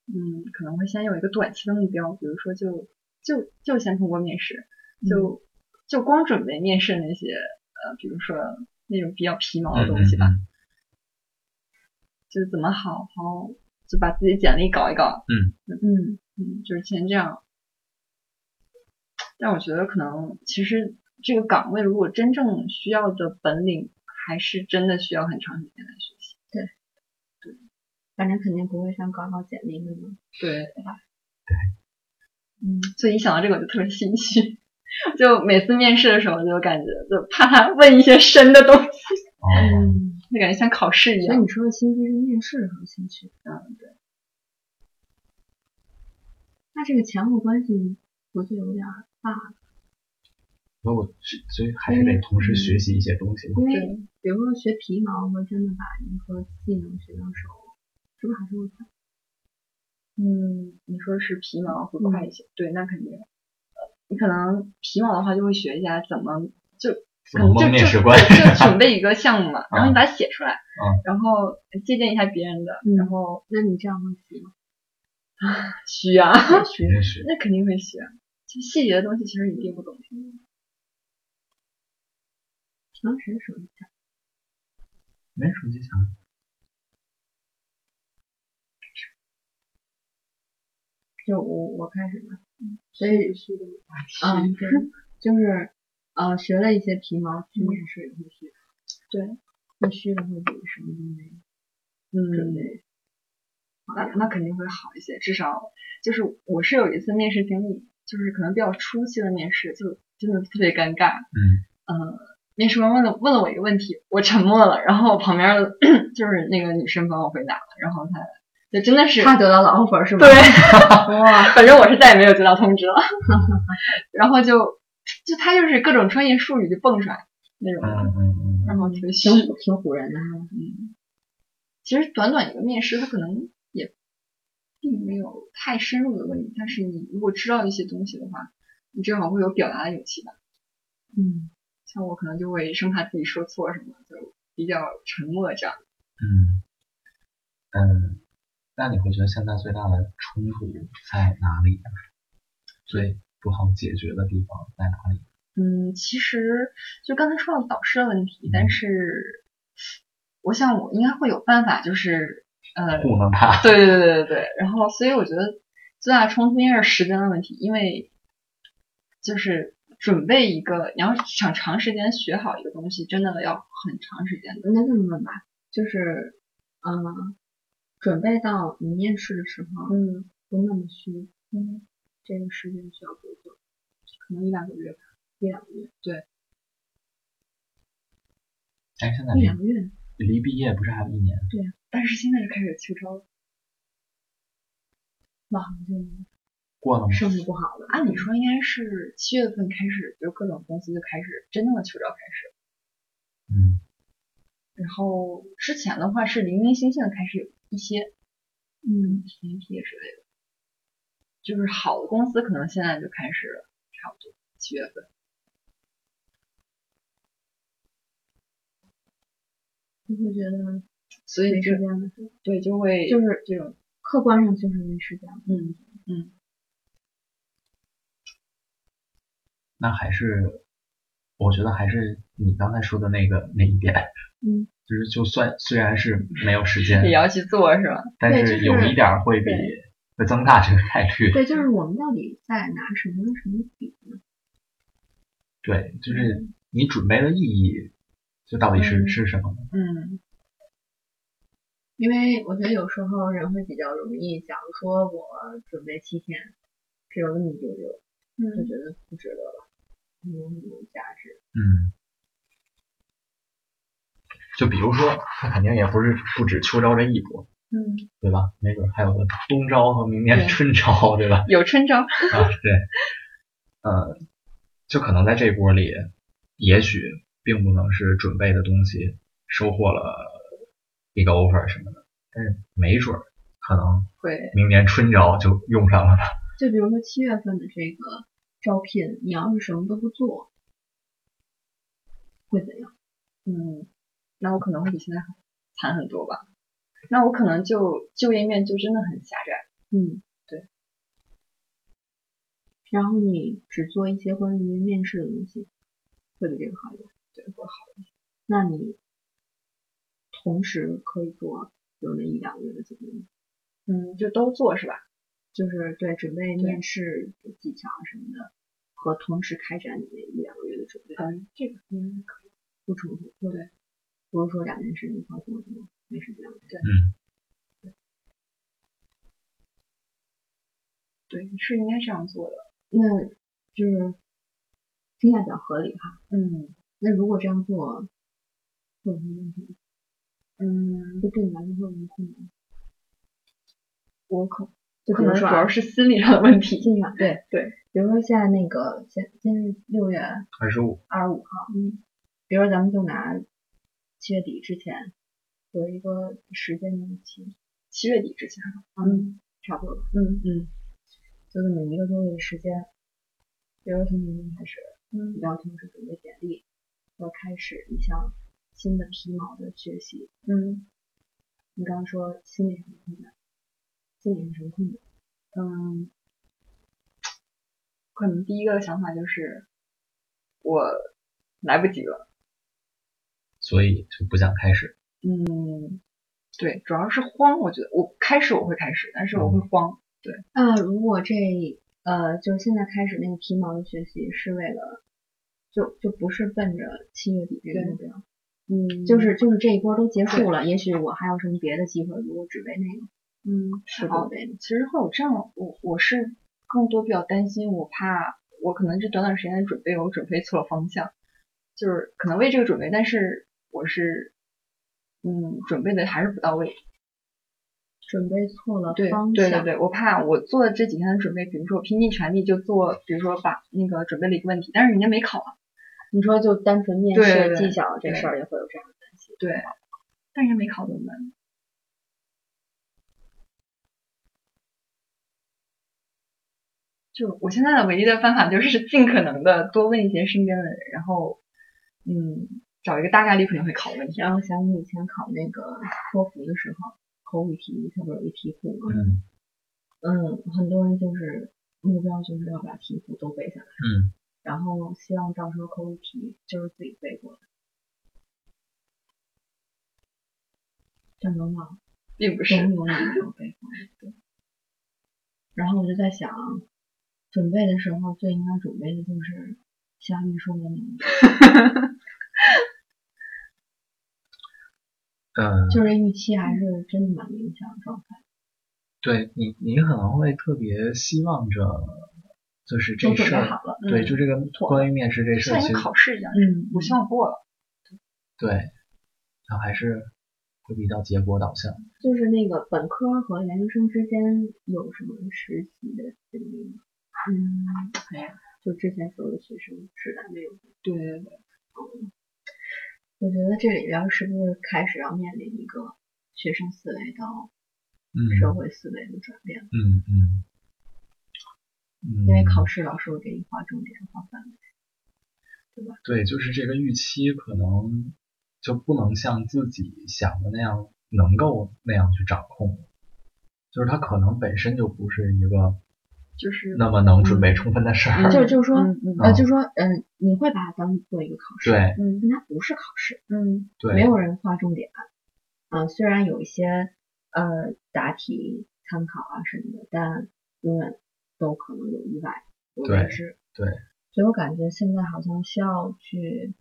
[SPEAKER 3] 嗯，可能会先有一个短期的目标，比如说就就就先通过面试，
[SPEAKER 1] 嗯
[SPEAKER 3] 就、就光准备面试那些呃，比如说那种比较皮毛的
[SPEAKER 2] 嗯
[SPEAKER 3] 东西吧，
[SPEAKER 2] 嗯
[SPEAKER 3] 就是怎么好好就把自己简历搞一搞，
[SPEAKER 1] 嗯。
[SPEAKER 3] 嗯，就是先这样。但我觉得可能其实这个岗位如果真正需要的本领，还是真的需要很长时间来学习。
[SPEAKER 1] 反正肯定不会像搞搞简历那种。
[SPEAKER 3] 对，
[SPEAKER 1] 嗯，
[SPEAKER 3] 所以一想到这个我就特别心虚， 就每次面试的时候就感觉就怕他问一些深的东西，嗯
[SPEAKER 2] 哦，
[SPEAKER 3] 就感觉像考试一
[SPEAKER 1] 所以
[SPEAKER 3] 样。
[SPEAKER 1] 你说的心虚是面试的时候心虚。
[SPEAKER 3] 嗯，对，
[SPEAKER 1] 那这个前后关系不就有点儿大？
[SPEAKER 2] 所以我是所以
[SPEAKER 3] 嗯
[SPEAKER 2] 还是得同时学习一些东西。
[SPEAKER 1] 因
[SPEAKER 3] 对
[SPEAKER 1] 为比如说学皮毛和真的把一个技能学到手，是不是还是会快？
[SPEAKER 3] 嗯，你说是皮毛会快一些，对，那肯定。呃你可能皮毛的话就会学一下怎么就
[SPEAKER 2] 怎么
[SPEAKER 3] 嗯就
[SPEAKER 2] 蒙面
[SPEAKER 3] 就
[SPEAKER 2] 试官？
[SPEAKER 3] 就 准备一个项目嘛，然后你
[SPEAKER 2] 嗯
[SPEAKER 3] 把它写出来，
[SPEAKER 2] 嗯
[SPEAKER 3] 然后借鉴一下别人的，
[SPEAKER 1] 嗯
[SPEAKER 3] 然后
[SPEAKER 1] 那你这样会学吗？
[SPEAKER 3] 学啊，
[SPEAKER 1] 学
[SPEAKER 2] 也许
[SPEAKER 3] 那肯定会学。就细节的东西其实你并不懂，
[SPEAKER 1] 平时手机下
[SPEAKER 2] 没手机响。
[SPEAKER 1] 就我我开始的，所以是的，嗯，对，就是呃学了一些皮毛去面试也会虚，
[SPEAKER 3] 对，
[SPEAKER 1] 会虚的会比什么都没有准
[SPEAKER 3] 嗯，
[SPEAKER 1] 备
[SPEAKER 3] 那那肯定会好一些，至少就是我是有一次面试经历，就是可能比较初期的面试，就真的特别尴尬，
[SPEAKER 2] 嗯
[SPEAKER 3] 呃，面试官问了问了我一个问题，我沉默了，然后我旁边的 就是那个女生帮我回答了，然后她就真的是
[SPEAKER 1] 他得到了 offer 是吗？
[SPEAKER 3] 对。
[SPEAKER 1] 哇，
[SPEAKER 3] 反正我是再也没有接到通知了。 然后就就他就是各种专业术语就蹦出来那种，
[SPEAKER 2] 嗯嗯嗯
[SPEAKER 3] 然后特别虚
[SPEAKER 1] 挺。挺唬人的哈。
[SPEAKER 3] 其实短短一个面试，他可能也并没有太深入的问题，但是你如果知道一些东西的话，你至少会有表达的勇气吧。
[SPEAKER 1] 嗯
[SPEAKER 3] 像我可能就会生怕自己说错什么，就比较沉默这样。
[SPEAKER 2] 嗯嗯，那你会觉得现在最大的冲突在哪里呢？最不好解决的地方在哪里？
[SPEAKER 3] 嗯，其实就刚才说到导师的问题
[SPEAKER 2] 嗯，
[SPEAKER 3] 但是我想我应该会有办法，就是呃，
[SPEAKER 2] 糊弄 他。
[SPEAKER 3] 对对对对对对。然后，所以我觉得最大的冲突应该是时间的问题，因为就是准备一个，你要想长时间学好一个东西，真的要很长时间的。
[SPEAKER 1] 那这么问吧，就是，嗯，准备到你面试的时候
[SPEAKER 3] 嗯
[SPEAKER 1] 不那么虚，
[SPEAKER 3] 嗯，
[SPEAKER 1] 这个时间需要多久？
[SPEAKER 3] 可能一两个月吧。
[SPEAKER 1] 一两个月？
[SPEAKER 2] 但哎是现在
[SPEAKER 1] 一
[SPEAKER 2] 离
[SPEAKER 1] 两个月？
[SPEAKER 2] 离毕业不是还有一年？
[SPEAKER 3] 但是现在就开始秋招了，
[SPEAKER 1] 哇，就
[SPEAKER 2] 过了吗？
[SPEAKER 1] 生活不好了。
[SPEAKER 3] 按理说应该是七月份开始，就各种公司就开始真正的秋招开始。
[SPEAKER 2] 嗯
[SPEAKER 3] 然后之前的话是零零星星地开始有一些，嗯，PPT 之类的，就是好的公司可能现在就开始了，差不多七月份。
[SPEAKER 1] 你会觉得
[SPEAKER 3] 所以
[SPEAKER 1] 没
[SPEAKER 3] 就
[SPEAKER 1] 时间了，是吧
[SPEAKER 3] 对就会
[SPEAKER 1] 就是
[SPEAKER 3] 这种
[SPEAKER 1] 客观上就是没时间了。
[SPEAKER 3] 嗯
[SPEAKER 2] 那还是我觉得还是你刚才说的那个那一点，
[SPEAKER 1] 嗯，
[SPEAKER 2] 就是就算虽然是没有时间，
[SPEAKER 3] 也要去做是吧？
[SPEAKER 2] 但
[SPEAKER 1] 对
[SPEAKER 2] 是
[SPEAKER 1] 就是
[SPEAKER 2] 有一点儿会比
[SPEAKER 1] 对
[SPEAKER 2] 会增大这个概率。
[SPEAKER 1] 对，就是我们到底在拿什么跟什么比呢？
[SPEAKER 2] 对，就是你准备的意义，就到底是、
[SPEAKER 1] 嗯
[SPEAKER 2] 是什么呢？
[SPEAKER 3] 嗯
[SPEAKER 1] 因为我觉得有时候人会比较容易，假如说我准备七天，只有那么一丢丢，就
[SPEAKER 3] 嗯
[SPEAKER 1] 觉得不值得了，没有什么价值。
[SPEAKER 2] 嗯，就比如说，它肯定也不是不止秋招这一波，
[SPEAKER 3] 嗯，
[SPEAKER 2] 对吧？没准还有个冬招和明年的
[SPEAKER 3] 对
[SPEAKER 2] 春招，对吧？
[SPEAKER 3] 有春招，
[SPEAKER 2] 啊，对，呃，就可能在这一波里，也许并不能是准备的东西收获了一个 offer 什么的，但是没准儿可能
[SPEAKER 3] 会
[SPEAKER 2] 明年春招就用上了。
[SPEAKER 1] 就比如说七月份的这个招聘，你要是什么都不做，会怎样？
[SPEAKER 3] 嗯，那我可能会比现在惨很多吧。那我可能就就业面就真的很狭窄。
[SPEAKER 1] 嗯，
[SPEAKER 3] 对。
[SPEAKER 1] 然后你只做一些关于面试的东西，会比这个好一点，对，会好一点。那你同时可以做有那一两个月的准备吗，
[SPEAKER 3] 嗯，就都做是吧？
[SPEAKER 1] 就是对准备
[SPEAKER 3] 对
[SPEAKER 1] 面试的技巧什么的，和同时开展你那一两个月的准备，
[SPEAKER 3] 嗯，这个应该可以。
[SPEAKER 1] 不冲突，对不对？不是说两件事一块做，就没时间了。对，
[SPEAKER 3] 对，是应该这样做的。
[SPEAKER 1] 那就是听起来比较合理哈。
[SPEAKER 3] 嗯
[SPEAKER 1] 那如果这样做，会有什么问题？
[SPEAKER 3] 嗯，
[SPEAKER 1] 就对你来说会有什么困难？
[SPEAKER 3] 我可
[SPEAKER 1] 就
[SPEAKER 3] 可
[SPEAKER 1] 比如
[SPEAKER 3] 能主
[SPEAKER 1] 说
[SPEAKER 3] 要
[SPEAKER 1] 啊，
[SPEAKER 3] 是心理上的问题。
[SPEAKER 1] 进场对
[SPEAKER 3] 对，
[SPEAKER 1] 比如说现在那个现现在是六月
[SPEAKER 2] 二十五，
[SPEAKER 1] 二十五号，嗯，比如说咱们就拿七月底之前有一个时间的期，
[SPEAKER 3] 七月底之前，
[SPEAKER 1] 嗯，差不多吧，
[SPEAKER 3] 嗯嗯
[SPEAKER 1] 就这么一个多月的时间，比如说从明天开始，你
[SPEAKER 3] 嗯
[SPEAKER 1] 要同时准备简历，要开始一项新的皮毛的学习。
[SPEAKER 3] 嗯
[SPEAKER 1] 你刚刚说心理上的困难，心理上什么困难？
[SPEAKER 3] 嗯，可能第一个想法就是我来不及了。
[SPEAKER 2] 所以就不想开始。
[SPEAKER 3] 嗯，对，主要是慌，我觉得我开始我会开始，但是我会慌。
[SPEAKER 1] 那如果这呃，就是现在开始那个皮毛的学习是为了，就就不是奔着七月底这个
[SPEAKER 3] 对
[SPEAKER 1] 目标，
[SPEAKER 3] 嗯
[SPEAKER 1] 就
[SPEAKER 3] 就是
[SPEAKER 1] 是就是这一波都结束了，也许我还有什么别的机会，如果只为那个，
[SPEAKER 3] 嗯，
[SPEAKER 1] 是
[SPEAKER 3] 好
[SPEAKER 1] 不为
[SPEAKER 3] 其实会有这样，我我是更多比较担心，我怕我可能这短短时间的准备，我准备错了方向，就是可能为这个准备，但是我是嗯准备的还是不到位。
[SPEAKER 1] 准备错了
[SPEAKER 3] 对
[SPEAKER 1] 方向，
[SPEAKER 3] 对对对，我怕我做的这几天的准备，比如说我拼尽全力就做，比如说把那个准备了一个问题，但是人家没考啊，
[SPEAKER 1] 你说就单纯面
[SPEAKER 3] 对
[SPEAKER 1] 试
[SPEAKER 3] 对
[SPEAKER 1] 技巧这
[SPEAKER 3] 对
[SPEAKER 1] 事儿也会有这样的担心，
[SPEAKER 3] 对，但人家没考怎么办？就我现在的唯一的办法就是 尽可能的多问一些身边的人，然后嗯，找一个大概率肯定会考的问题。
[SPEAKER 1] 让我想起以前考那个托福的时候，口语题它不是有一题库吗？
[SPEAKER 2] 嗯
[SPEAKER 1] 嗯，很多人就是目标就是要把题库都背下来，
[SPEAKER 2] 嗯，
[SPEAKER 1] 然后希望到时候口语题就是自己背过来。但往往
[SPEAKER 3] 并不
[SPEAKER 1] 是
[SPEAKER 3] 是，
[SPEAKER 1] 有两种备份。对。然后我就在想，准备的时候最应该准备的就是像玉说的那个，
[SPEAKER 2] 呃，
[SPEAKER 1] 就是预期还是真的蛮影响状态。
[SPEAKER 2] 对你，你可能会特别希望着，就是
[SPEAKER 1] 都
[SPEAKER 2] 这
[SPEAKER 1] 准
[SPEAKER 2] 事
[SPEAKER 1] 备
[SPEAKER 2] 儿，
[SPEAKER 1] 好嗯了，
[SPEAKER 2] 对，就这个关于面试这事儿，
[SPEAKER 3] 像一
[SPEAKER 2] 其
[SPEAKER 3] 个
[SPEAKER 2] 实
[SPEAKER 3] 考试一样，
[SPEAKER 1] 嗯，
[SPEAKER 3] 我希望过了。
[SPEAKER 2] 对，然后还是会比较结果导向。
[SPEAKER 1] 就是那个本科和研究生之间有什么实习的经历吗？
[SPEAKER 3] 嗯，哎呀，
[SPEAKER 1] 就之前所有的学生时代没有。
[SPEAKER 3] 对对对，
[SPEAKER 1] 嗯我觉得这里边是不是开始要面临一个学生思维到
[SPEAKER 2] 嗯
[SPEAKER 1] 社会思维的转变？
[SPEAKER 2] 嗯嗯嗯，
[SPEAKER 1] 因为考试老师会给你划重点、划范围。
[SPEAKER 2] 对，就是这个预期可能就不能像自己想的那样能够那样去掌控，就是它可能本身就不是一个
[SPEAKER 3] 就是
[SPEAKER 2] 那么能准备充分的事儿。
[SPEAKER 3] 嗯
[SPEAKER 1] 就就是说，
[SPEAKER 3] 嗯嗯
[SPEAKER 1] 呃，
[SPEAKER 2] 嗯
[SPEAKER 1] 就说，嗯、你会把它当做一个考试，
[SPEAKER 2] 对
[SPEAKER 3] 嗯
[SPEAKER 1] 但它不是考试，
[SPEAKER 3] 嗯
[SPEAKER 2] 对，
[SPEAKER 1] 没有人划重点。嗯、虽然有一些呃答题参考啊什么的，但永远都可能有意外，有
[SPEAKER 2] 对
[SPEAKER 1] 未知。
[SPEAKER 2] 对，
[SPEAKER 1] 所以我感觉现在好像需要去，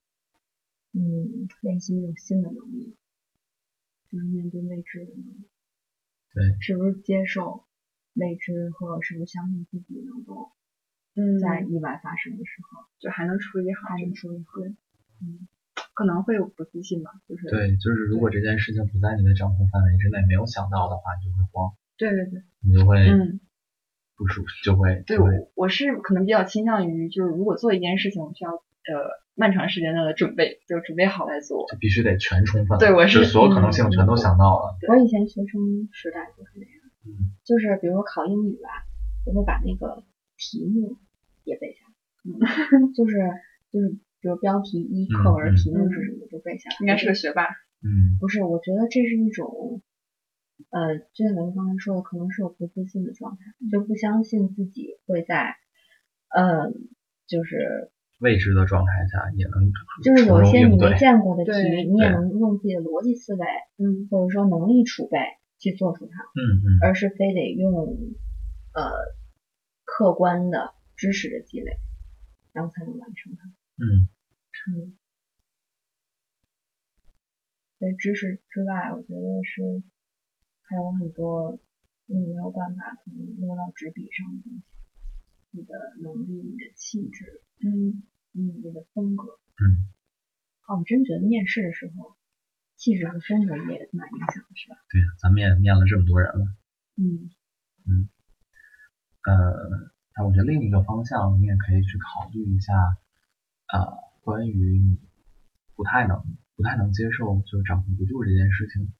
[SPEAKER 1] 嗯，练习一种新的能力，就是面对未知的能力。
[SPEAKER 2] 对，
[SPEAKER 1] 是不是接受未知，或者是不是相信自己能够
[SPEAKER 3] 嗯，
[SPEAKER 1] 在意外发生的时候？
[SPEAKER 3] 就还能处理好，
[SPEAKER 1] 还能处理好，
[SPEAKER 3] 嗯，可能会有不自信吧，就是
[SPEAKER 2] 对，就是如果这件事情不在你的掌控范围之内，没有想到的话，你就会慌，
[SPEAKER 3] 对对对，
[SPEAKER 2] 你就会
[SPEAKER 3] 嗯。
[SPEAKER 2] 不舒服，就会
[SPEAKER 3] 对
[SPEAKER 2] 就
[SPEAKER 3] 我
[SPEAKER 2] 会
[SPEAKER 3] 我是可能比较倾向于，就是如果做一件事情，我需要呃漫长时间的准备，就准备好再做。
[SPEAKER 2] 就必须得全充分了，
[SPEAKER 3] 对我嗯
[SPEAKER 2] 就是所有可能性全都想到了。
[SPEAKER 1] 我以前学生时代就是那样，
[SPEAKER 2] 嗯
[SPEAKER 1] 就是比如考英语吧，我会把那个题目也背下来，嗯 就是就是比如标题一课文题目是什么就背下来，
[SPEAKER 3] 应该是个学霸，
[SPEAKER 2] 嗯
[SPEAKER 1] 不是？我觉得这是一种，呃，就像咱们刚才说的，可能是我不自信的状态，就不相信自己会在，呃，就是
[SPEAKER 2] 未知的状态下也能
[SPEAKER 1] 就是有
[SPEAKER 2] 从
[SPEAKER 1] 一
[SPEAKER 2] 容
[SPEAKER 1] 些你
[SPEAKER 2] 应
[SPEAKER 1] 没
[SPEAKER 2] 对。
[SPEAKER 1] 见过的题，
[SPEAKER 3] 对
[SPEAKER 1] 你也
[SPEAKER 2] 对
[SPEAKER 1] 能用自己的逻辑思维
[SPEAKER 3] 嗯，
[SPEAKER 1] 或者说能力储备去做出它。
[SPEAKER 2] 嗯嗯
[SPEAKER 1] 而是非得用呃客观的知识的积累，然后才能完成它。
[SPEAKER 2] 嗯，
[SPEAKER 1] 嗯，在知识之外，我觉得是还有很多你没有办法可能落到纸笔上的东西，你的能力、你的气质，嗯嗯，你的风格，
[SPEAKER 2] 嗯，
[SPEAKER 1] 哦，我真觉得面试的时候，气质和风格也蛮影响的，是吧？
[SPEAKER 2] 对，咱们也面了这么多人了。
[SPEAKER 1] 嗯
[SPEAKER 2] 呃，但我觉得另一个方向，你也可以去考虑一下，呃，关于你不太能、不太能接受，就掌控不住这件事情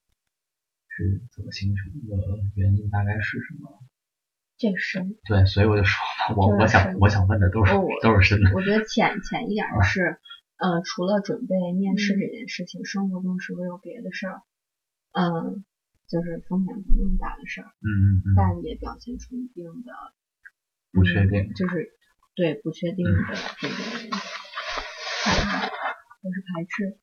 [SPEAKER 2] 是怎么形成的，原因大概是什么？
[SPEAKER 1] 这个深
[SPEAKER 2] 对，所以我就说嘛，我我想我想问的都是
[SPEAKER 1] 哦
[SPEAKER 2] 都是真 的。
[SPEAKER 1] 我觉得浅浅一点儿的是，呃，除了准备面
[SPEAKER 2] 嗯
[SPEAKER 1] 试这件事情，生活中是不是有别的事儿？嗯、就是风险不是那么大的事儿，
[SPEAKER 2] 嗯嗯嗯，
[SPEAKER 1] 但也表现出一定的
[SPEAKER 2] 不确
[SPEAKER 1] 嗯
[SPEAKER 2] 定嗯
[SPEAKER 1] 就是对不确定的这个害怕或是排斥，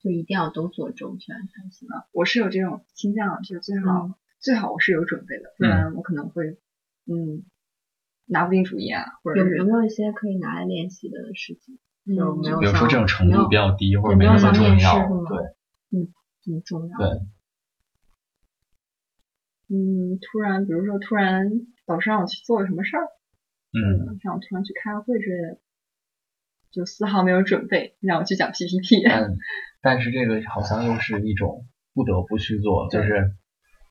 [SPEAKER 1] 就一定要都做周全才行。
[SPEAKER 3] 我是有这种倾向，就是最好、
[SPEAKER 1] 嗯
[SPEAKER 3] 最好我是有准备的，不然我可能会嗯拿不定主意啊，或者
[SPEAKER 1] 有
[SPEAKER 3] 是
[SPEAKER 1] 有没有一些可以拿来练习的事情？
[SPEAKER 3] 嗯
[SPEAKER 1] 有没有
[SPEAKER 2] 比如说这种程度比较低或者没
[SPEAKER 1] 没有
[SPEAKER 2] 那么
[SPEAKER 1] 像
[SPEAKER 2] 重
[SPEAKER 1] 面试
[SPEAKER 2] 要
[SPEAKER 1] 是吗，
[SPEAKER 2] 对，
[SPEAKER 1] 挺重要。
[SPEAKER 2] 对
[SPEAKER 3] 嗯突然，比如说突然老师让我去做个什么事儿，
[SPEAKER 2] 嗯，
[SPEAKER 3] 让我突然去开个会之类的，就丝毫没有准备，让我去讲 PPT，
[SPEAKER 2] 但但是这个好像又是一种不得不去做，就是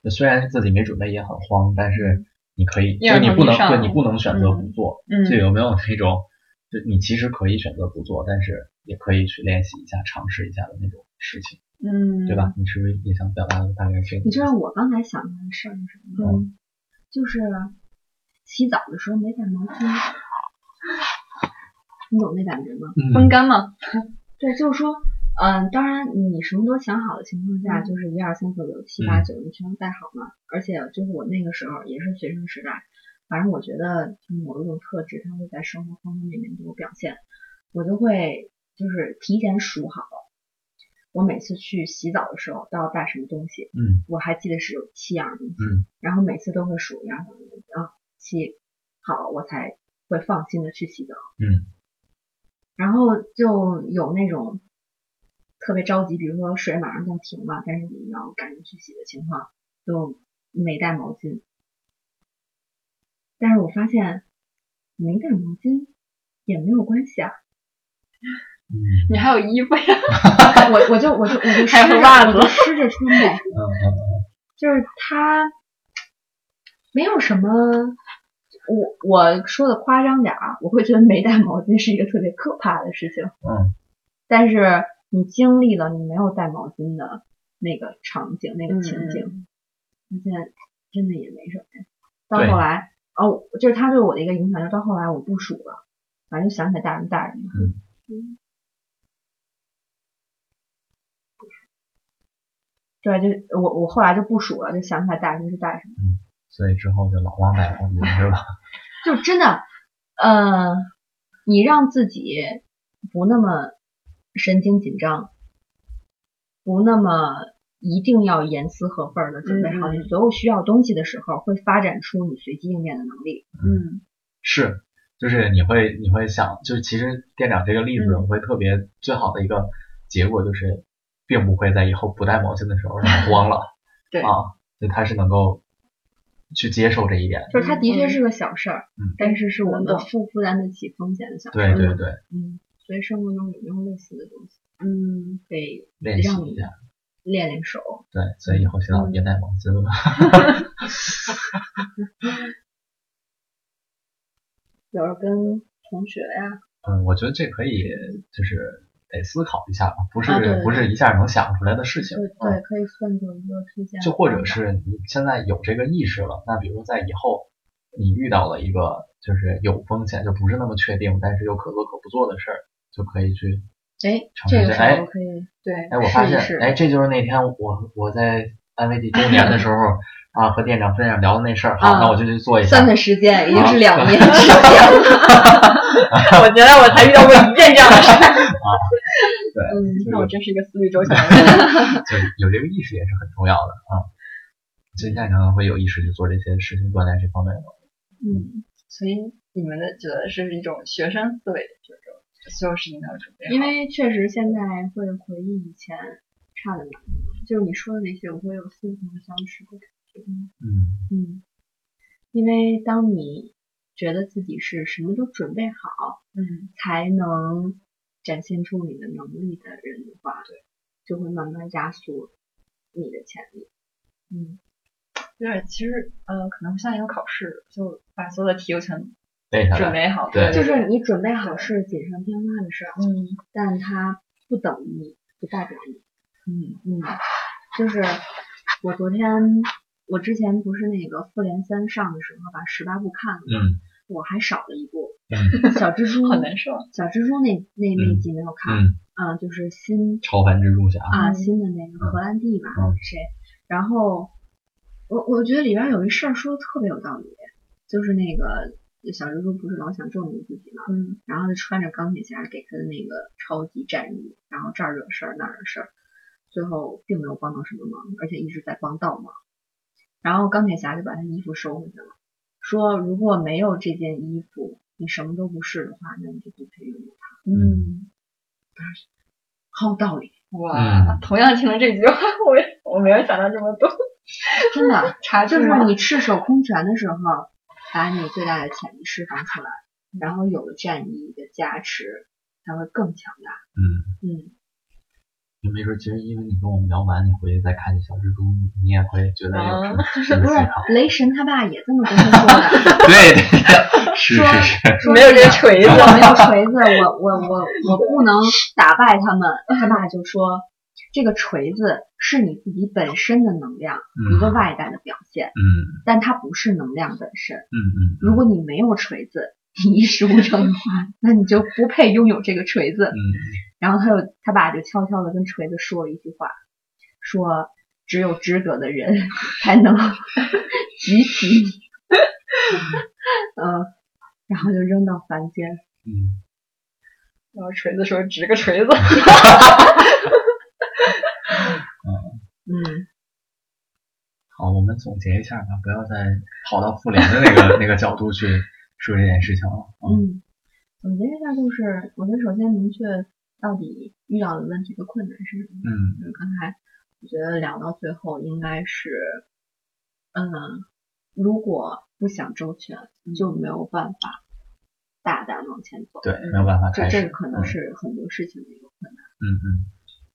[SPEAKER 2] 虽然自己没准备也很慌，但是你可以，就
[SPEAKER 3] 要
[SPEAKER 2] 是你
[SPEAKER 3] 从
[SPEAKER 2] 不
[SPEAKER 3] 你
[SPEAKER 2] 能
[SPEAKER 3] 上
[SPEAKER 2] 对你不能选择不
[SPEAKER 3] 嗯
[SPEAKER 2] 做，
[SPEAKER 3] 嗯
[SPEAKER 2] 就有没有那种，就你其实可以选择不做，但是也可以去练习一下、尝试一下的那种事情，
[SPEAKER 3] 嗯，
[SPEAKER 2] 对吧？？你是不是也想表达的大概是这个？
[SPEAKER 1] 你知道我刚才想的事儿是什么吗？
[SPEAKER 3] 嗯
[SPEAKER 1] 就是洗澡的时候没带毛巾，你懂那感觉吗？
[SPEAKER 2] 嗯
[SPEAKER 3] 风干嘛，
[SPEAKER 1] 对，就是说，嗯，当然你什么都想好的情况下，
[SPEAKER 3] 嗯
[SPEAKER 1] 就是一二三四五六七八
[SPEAKER 2] 嗯
[SPEAKER 1] 九，你全部带好嘛。而且就是我那个时候也是学生时代，反正我觉得就某一种特质，它会在生活方方面面都有表现。我就会就是提前数好，我每次去洗澡的时候都要带什么东西。
[SPEAKER 2] 嗯
[SPEAKER 1] 我还记得是有七样东西，
[SPEAKER 2] 嗯
[SPEAKER 1] 然后每次都会数一样东西啊，七好，我才会放心的去洗澡。
[SPEAKER 2] 嗯，
[SPEAKER 1] 然后就有那种特别着急，比如说水马上就要停了，但是你要赶紧去洗的情况，就没带毛巾。但是我发现没带毛巾也没有关系啊，
[SPEAKER 2] 嗯
[SPEAKER 3] 你还有衣服呀？
[SPEAKER 1] 我我就我就我就
[SPEAKER 3] 还有
[SPEAKER 1] 湿着
[SPEAKER 3] 袜子
[SPEAKER 1] 我就湿着穿呗。
[SPEAKER 2] 嗯嗯
[SPEAKER 1] 就是他没有什么，我我说的夸张点儿啊，我会觉得没带毛巾是一个特别可怕的事情。
[SPEAKER 2] 嗯，
[SPEAKER 1] 但是你经历了你没有带毛巾的那个场景、那个情景，那、现在真的也没什么呀。到
[SPEAKER 2] 对
[SPEAKER 1] 后来，哦，就是他对我的一个影响，就到后来我不数了，反正想起来带什么带什么。嗯对，就我我后来就不数了，就想起来带什么就带什么。
[SPEAKER 2] 所以之后就老忘带毛巾是 吧？
[SPEAKER 1] 就真的，呃，你让自己不那么神经紧张，不那么一定要严丝合缝的准备好
[SPEAKER 3] 嗯嗯
[SPEAKER 1] 你所有需要东西的时候，会发展出你随机应变的能力。
[SPEAKER 3] 嗯，
[SPEAKER 2] 是，就是你会你会想，就是其实店长这个例子
[SPEAKER 1] 嗯
[SPEAKER 2] 会特别最好的一个结果就是，并不会在以后不带毛巾的时候让你 慌了
[SPEAKER 3] 对
[SPEAKER 2] 啊，就他是能够去接受这一点，
[SPEAKER 1] 就是它的确是个小事儿，
[SPEAKER 2] 嗯
[SPEAKER 1] 但是是我
[SPEAKER 3] 能
[SPEAKER 1] 们
[SPEAKER 3] 懂
[SPEAKER 1] 负负担得起风险的小事
[SPEAKER 2] 对
[SPEAKER 1] 儿。
[SPEAKER 2] 对对，
[SPEAKER 1] 嗯，所以生活中有没有类似的东西
[SPEAKER 3] 嗯，
[SPEAKER 1] 可以
[SPEAKER 2] 练习
[SPEAKER 1] 让你嗯
[SPEAKER 2] 一下，
[SPEAKER 1] 练练手？
[SPEAKER 2] 对，所以以后洗澡别带毛巾了，
[SPEAKER 1] 有时候跟同学呀、
[SPEAKER 2] 嗯，我觉得这可以就是得思考一下吧，不是、
[SPEAKER 1] 啊对对
[SPEAKER 2] 不是一下能想出来的事情，
[SPEAKER 1] 对
[SPEAKER 2] 嗯
[SPEAKER 1] 对，可以算作一个推荐。
[SPEAKER 2] 就或者是你现在有这个意识了，那比如说在以后你遇到了一个就是有风险，就不是那么确定，但是又可做可不做的事儿，就可以去。
[SPEAKER 1] 哎，
[SPEAKER 2] 尝试
[SPEAKER 1] 这
[SPEAKER 2] 一
[SPEAKER 1] 个
[SPEAKER 2] 下
[SPEAKER 1] 时候
[SPEAKER 2] 哎
[SPEAKER 1] 可以
[SPEAKER 3] 对，
[SPEAKER 2] 哎，我发
[SPEAKER 1] 试一
[SPEAKER 2] 现
[SPEAKER 1] 试，
[SPEAKER 2] 哎，这就是那天我我在安慰地周年的 时候啊，和店长分享聊的那事儿，好，
[SPEAKER 1] 啊
[SPEAKER 2] 那我就去做一下
[SPEAKER 1] 算。算时间，已经
[SPEAKER 2] 啊
[SPEAKER 1] 是 两
[SPEAKER 3] 嗯
[SPEAKER 1] 年之前了。
[SPEAKER 3] 我觉得我才遇到过一件这样的事。
[SPEAKER 1] 嗯，
[SPEAKER 2] 对
[SPEAKER 3] 那我真是一个思虑周全的人。
[SPEAKER 2] 就有这个意识也是很重要的啊。所以店长会有意识去做这些事情，锻炼这方面的。
[SPEAKER 3] 嗯，所以你们的觉得是一种学生思维，就是说所有事情都要准备好
[SPEAKER 1] 因为确实现在会回忆以前差的蛮多，就是你说的那些，我会有共同的相似的感觉。
[SPEAKER 2] 嗯
[SPEAKER 1] 嗯，因为当你觉得自己是什么都准备好，
[SPEAKER 3] 嗯
[SPEAKER 1] 才能展现出你的能力的人的话，对，就会慢慢压缩你的潜力。嗯，
[SPEAKER 3] 对，其实呃，可能像一个考试，就把所有的题都全
[SPEAKER 2] 背下来，
[SPEAKER 3] 准备好，
[SPEAKER 2] 对
[SPEAKER 1] 就是你准备好是锦上添花的事儿，
[SPEAKER 3] 嗯
[SPEAKER 1] 但它不等于你，不代表你。
[SPEAKER 3] 嗯
[SPEAKER 1] 嗯，就是我昨天，我之前不是那个复联三上的时候把十八部看了，
[SPEAKER 2] 嗯
[SPEAKER 1] 我还少了一部
[SPEAKER 2] 嗯
[SPEAKER 1] 小蜘蛛，
[SPEAKER 3] 好难受啊。
[SPEAKER 1] 小蜘蛛那那那
[SPEAKER 2] 嗯
[SPEAKER 1] 集没有看，
[SPEAKER 2] 嗯，
[SPEAKER 1] 啊，就是新
[SPEAKER 2] 超凡蜘蛛侠，
[SPEAKER 1] 啊
[SPEAKER 3] 嗯
[SPEAKER 1] 新的那个荷兰弟吧，
[SPEAKER 2] 嗯
[SPEAKER 1] 谁？然后我我觉得里边有一事儿说的特别有道理，就是那个小蜘蛛不是老想证明自己嘛，
[SPEAKER 3] 嗯
[SPEAKER 1] 然后他穿着钢铁侠给他的那个超级战衣，然后这儿惹事儿那儿惹事儿，最后并没有帮到什么忙，而且一直在帮倒忙。然后钢铁侠就把他衣服收回去了，说如果没有这件衣服，你什么都不是的话，那你就不配拥有。
[SPEAKER 3] 嗯，
[SPEAKER 1] 好有道理，
[SPEAKER 3] 哇，
[SPEAKER 2] 嗯
[SPEAKER 3] 同样听了这句话，我也我没有想到这么多。
[SPEAKER 1] 真的
[SPEAKER 3] 查
[SPEAKER 1] 就
[SPEAKER 3] 就是啊是你
[SPEAKER 1] 你赤手空拳的时候，把你最大的潜力释放出来，然后有了战衣的加持，才会更强大。
[SPEAKER 2] 嗯。
[SPEAKER 1] 嗯，
[SPEAKER 2] 就没准，其实因为你跟我们聊完，你回去再看见小蜘蛛，你也会觉得有什么新
[SPEAKER 1] 不
[SPEAKER 2] 的
[SPEAKER 1] 是
[SPEAKER 2] 思考。
[SPEAKER 1] 雷神他爸也这么跟他说的。
[SPEAKER 2] 对对， 是
[SPEAKER 1] 说
[SPEAKER 2] 是是，
[SPEAKER 1] 说
[SPEAKER 3] 没有这
[SPEAKER 1] 那
[SPEAKER 3] 个
[SPEAKER 1] 个
[SPEAKER 3] 锤
[SPEAKER 2] 啊
[SPEAKER 3] 子，
[SPEAKER 1] 我没有锤子，我我我我我不能打败他们。他爸就说这个锤子是你自己本身的能量，
[SPEAKER 2] 嗯
[SPEAKER 1] 一个外在的表现，
[SPEAKER 2] 嗯
[SPEAKER 1] 但它不是能量本身。
[SPEAKER 2] 嗯嗯，嗯
[SPEAKER 1] 如果你没有锤子，你一事无成的话，那你就不配拥有这个锤子。
[SPEAKER 2] 嗯
[SPEAKER 1] 然后他又他爸就悄悄的跟锤子说了一句话，说只有知者的人才能 集齐，嗯，然后就扔到凡间。
[SPEAKER 2] 嗯，
[SPEAKER 3] 然后哦锤子说指个锤子，
[SPEAKER 1] 嗯，
[SPEAKER 2] 好，我们总结一下吧，不要再跑到复联的那个那个角度去说这件事情了。嗯
[SPEAKER 1] 嗯，总结一下就是，我觉得首先明确到底遇到的问题和困难是什么。
[SPEAKER 2] 嗯
[SPEAKER 1] 就是刚才我觉得聊到最后应该是，嗯，如果不想周全，就没有办法大胆往前走。
[SPEAKER 2] 嗯对，没有办法
[SPEAKER 1] 这
[SPEAKER 2] 开始。
[SPEAKER 1] 这个可能是很多事情的一个困难。
[SPEAKER 2] 嗯嗯，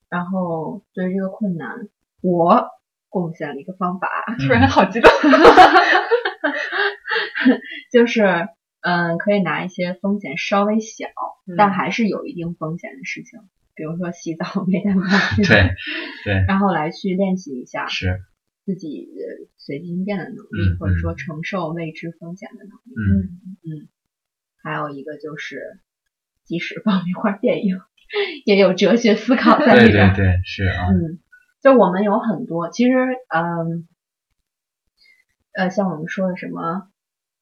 [SPEAKER 1] 然后对于这个困难，我贡献了一个方法，
[SPEAKER 2] 嗯
[SPEAKER 3] 啊突然好激动。
[SPEAKER 1] 就是嗯，可以拿一些风险稍微小，
[SPEAKER 2] 嗯
[SPEAKER 1] 但还是有一定风险的事情，比如说洗澡 没带毛巾，
[SPEAKER 2] 对，对
[SPEAKER 1] 然后来去练习一下
[SPEAKER 2] 是，
[SPEAKER 1] 自己呃随机应变的能
[SPEAKER 2] 嗯
[SPEAKER 1] 力，或者
[SPEAKER 2] 嗯
[SPEAKER 1] 说承受未知风险的能力。
[SPEAKER 2] 嗯
[SPEAKER 1] 还有一个就是，即使爆米花电影也有哲学思考在
[SPEAKER 2] 对
[SPEAKER 1] 里边
[SPEAKER 2] 对。对是啊，
[SPEAKER 1] 嗯，就我们有很多，其实，嗯，呃，像我们说的什么，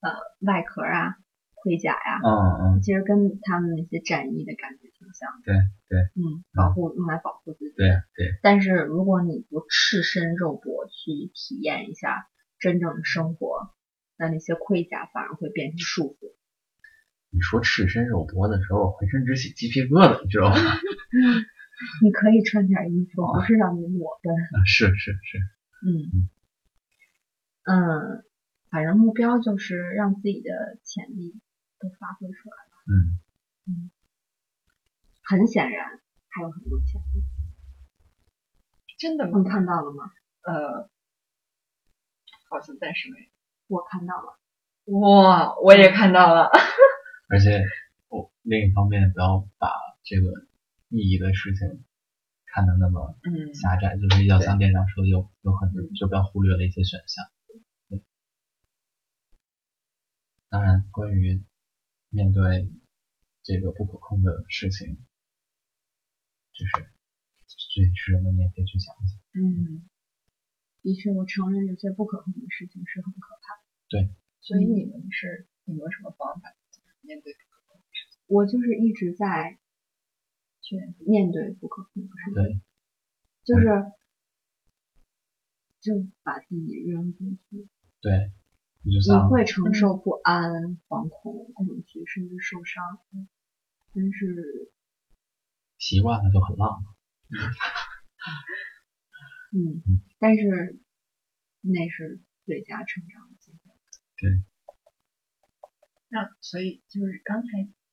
[SPEAKER 1] 呃，外壳啊、盔甲呀、
[SPEAKER 2] 嗯嗯
[SPEAKER 1] 其实跟他们那些战役的感觉挺像的。
[SPEAKER 2] 对对，
[SPEAKER 1] 嗯，保护用来保护自己。
[SPEAKER 2] 对对
[SPEAKER 1] 但是如果你不赤身肉搏去体验一下真正的生活，那那些盔甲反而会变成束缚。
[SPEAKER 2] 你说赤身肉搏的时候，我浑身直起鸡皮疙瘩，你知道吗？
[SPEAKER 1] 你可以穿点衣服，
[SPEAKER 2] 啊
[SPEAKER 1] 不是让你裸奔。
[SPEAKER 2] 是是是，
[SPEAKER 1] 嗯，嗯，反正目标就是让自己的潜力都发挥出来。
[SPEAKER 2] 嗯
[SPEAKER 1] 很显然，还有很多潜力。
[SPEAKER 3] 真的
[SPEAKER 1] 你
[SPEAKER 3] 吗？
[SPEAKER 1] 看到了吗？
[SPEAKER 3] 呃，好像暂时没有。
[SPEAKER 1] 我看到了。
[SPEAKER 3] 哇，我也看到了。
[SPEAKER 2] 而且我另一方面不要把这个意义的事情看得那么
[SPEAKER 3] 嗯
[SPEAKER 2] 狭窄，就是要像店长说的，有有很多就不要忽略了一些选项。对当然，关于面对这个不可控的事情，就是这是人们也可以去想一想。
[SPEAKER 3] 嗯，
[SPEAKER 1] 的确，我承认有些不可控的事情是很可怕。
[SPEAKER 3] 所以你们是有没有什么方法面对？
[SPEAKER 1] 我就是一直在去面对不可控的事情，
[SPEAKER 2] 对，
[SPEAKER 1] 就是就把自己扔进去，
[SPEAKER 2] 对，你就
[SPEAKER 1] 你
[SPEAKER 2] 像
[SPEAKER 1] 会承受不安、惶恐、恐惧，甚至受伤。但是，
[SPEAKER 2] 习惯了就很浪漫。
[SPEAKER 1] 嗯
[SPEAKER 2] 嗯，
[SPEAKER 1] 但是那是最佳成长的机会。
[SPEAKER 3] 那所以就是刚才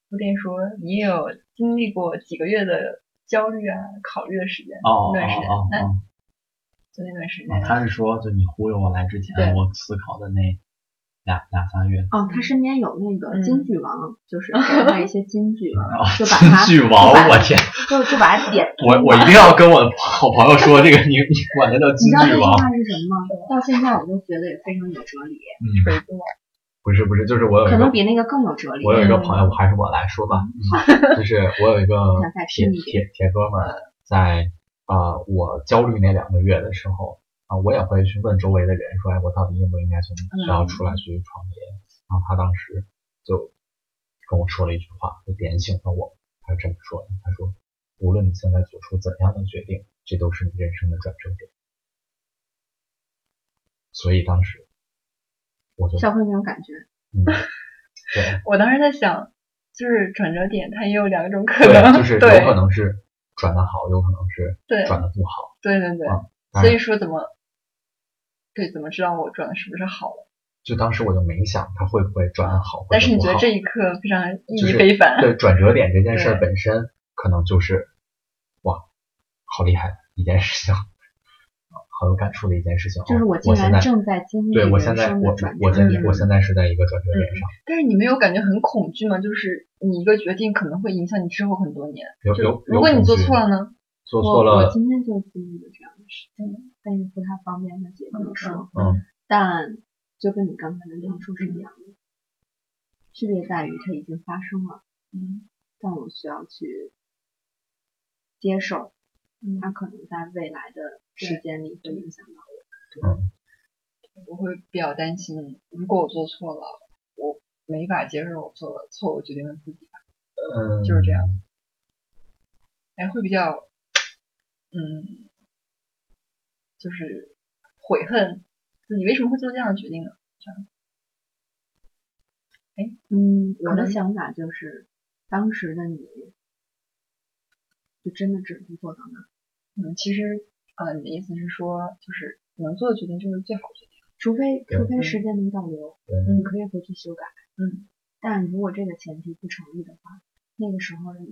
[SPEAKER 3] 布丁说，你也有经历过几个月的焦虑啊、考虑的时间，
[SPEAKER 2] 哦哦
[SPEAKER 3] 那段时间，
[SPEAKER 2] 哦
[SPEAKER 3] 那
[SPEAKER 2] 哦
[SPEAKER 3] 就那段时间
[SPEAKER 2] 哦，，他是说，就你忽悠我来之前，
[SPEAKER 3] 对
[SPEAKER 2] 我思考的那俩俩仨月。
[SPEAKER 1] 哦，他身边有那个
[SPEAKER 3] 嗯
[SPEAKER 1] 金句王，就是给他一些金句，
[SPEAKER 2] 哦
[SPEAKER 1] 就把 它
[SPEAKER 2] 金句王，
[SPEAKER 1] 就把
[SPEAKER 2] 我天！
[SPEAKER 1] 就就把它点
[SPEAKER 2] 我我一定要跟我的好朋友说，这个你你管他叫
[SPEAKER 1] 你
[SPEAKER 2] 金
[SPEAKER 1] 知道这
[SPEAKER 2] 句
[SPEAKER 1] 句
[SPEAKER 2] 王，
[SPEAKER 1] 话是什么吗？到现在我都觉得也非常有哲理，
[SPEAKER 2] 嗯，
[SPEAKER 3] 锤子嘛，
[SPEAKER 2] 不是不是，就是我有
[SPEAKER 1] 可
[SPEAKER 2] 一个
[SPEAKER 1] 能比那个更有哲理
[SPEAKER 2] 我。有一个朋友，我还是我来说吧，就是我有一个
[SPEAKER 1] 想再
[SPEAKER 2] 铁
[SPEAKER 1] 听一
[SPEAKER 2] 铁铁哥们儿，在呃我焦虑那两个月的时候啊、我也会去问周围的人说，哎，我到底应不应该从学校出来去创业？然后他当时就跟我说了一句话，就点醒了我，他是这么说的，他说，无论你现在做出怎样的决定，这都是你人生的转折点。所以当时我就
[SPEAKER 1] 小慧没有感觉，
[SPEAKER 2] 嗯，对。
[SPEAKER 3] 我当时在想，就是转折点，它也有两种 可
[SPEAKER 2] 对，
[SPEAKER 3] 能，
[SPEAKER 2] 就是有
[SPEAKER 3] 对
[SPEAKER 2] 可能是转的好，有可能是
[SPEAKER 3] 对
[SPEAKER 2] 转的不好。
[SPEAKER 3] 对对对，
[SPEAKER 2] 啊当
[SPEAKER 3] 所以
[SPEAKER 2] 然，
[SPEAKER 3] 说怎么，对，怎么知道我转的是不是好的？
[SPEAKER 2] 就当时我就没想它会不会转的好，
[SPEAKER 3] 但是你觉得这
[SPEAKER 2] 一
[SPEAKER 3] 一刻非常意
[SPEAKER 2] 就
[SPEAKER 3] 义
[SPEAKER 2] 是
[SPEAKER 3] 非凡，
[SPEAKER 2] 对转折点这件事儿
[SPEAKER 3] 对
[SPEAKER 2] 本身，可能就是哇，好厉害一件事情，好有感触的一件事情。
[SPEAKER 1] 就是
[SPEAKER 2] 哦
[SPEAKER 1] 我
[SPEAKER 2] 我
[SPEAKER 1] 竟
[SPEAKER 2] 现在
[SPEAKER 1] 然正在经历
[SPEAKER 2] 对我
[SPEAKER 1] 人
[SPEAKER 2] 现在
[SPEAKER 1] 生
[SPEAKER 2] 我
[SPEAKER 1] 的转
[SPEAKER 2] 我
[SPEAKER 1] 折
[SPEAKER 2] 现
[SPEAKER 1] 点。
[SPEAKER 2] 我现在是在一个转折点上，
[SPEAKER 3] 但是你没有感觉很恐惧吗？就是你一个决定可能会影响你之后很多年，
[SPEAKER 2] 有
[SPEAKER 3] 就
[SPEAKER 2] 有有
[SPEAKER 3] 如果你
[SPEAKER 2] 恐
[SPEAKER 3] 做
[SPEAKER 2] 惧
[SPEAKER 3] 错了呢？
[SPEAKER 2] 做
[SPEAKER 1] 我
[SPEAKER 2] 错
[SPEAKER 1] 我
[SPEAKER 2] 了，
[SPEAKER 1] 今天就经历了这样的事情，但是不太方便在节目里说。
[SPEAKER 2] 嗯嗯
[SPEAKER 1] 但就跟你刚才的描述是一样的，区别在于它已经发生了，
[SPEAKER 3] 嗯
[SPEAKER 1] 但我需要去接受，
[SPEAKER 3] 嗯
[SPEAKER 1] 它可能在未来的时间里会影响到我。
[SPEAKER 3] 我会比较担心，如果我做错了，我没法接受我做了错误决定的自己，
[SPEAKER 2] 嗯，
[SPEAKER 3] 就是这样。哎，会比较，嗯，就是悔恨自己为什么会做这样的决定呢？
[SPEAKER 1] 嗯，我
[SPEAKER 3] 可
[SPEAKER 1] 的
[SPEAKER 3] 能
[SPEAKER 1] 想法就是，当时的你，就真的只能做到那儿，
[SPEAKER 3] 嗯，其实，呃，你的意思是说，就是能做的决定就是最好的决定。
[SPEAKER 1] 除非
[SPEAKER 2] 对
[SPEAKER 1] 除非
[SPEAKER 3] 嗯
[SPEAKER 1] 时间能倒流，
[SPEAKER 2] 对
[SPEAKER 1] 你可以回去修改。
[SPEAKER 3] 嗯，
[SPEAKER 1] 但如果这个前提不成立的话，那个时候的你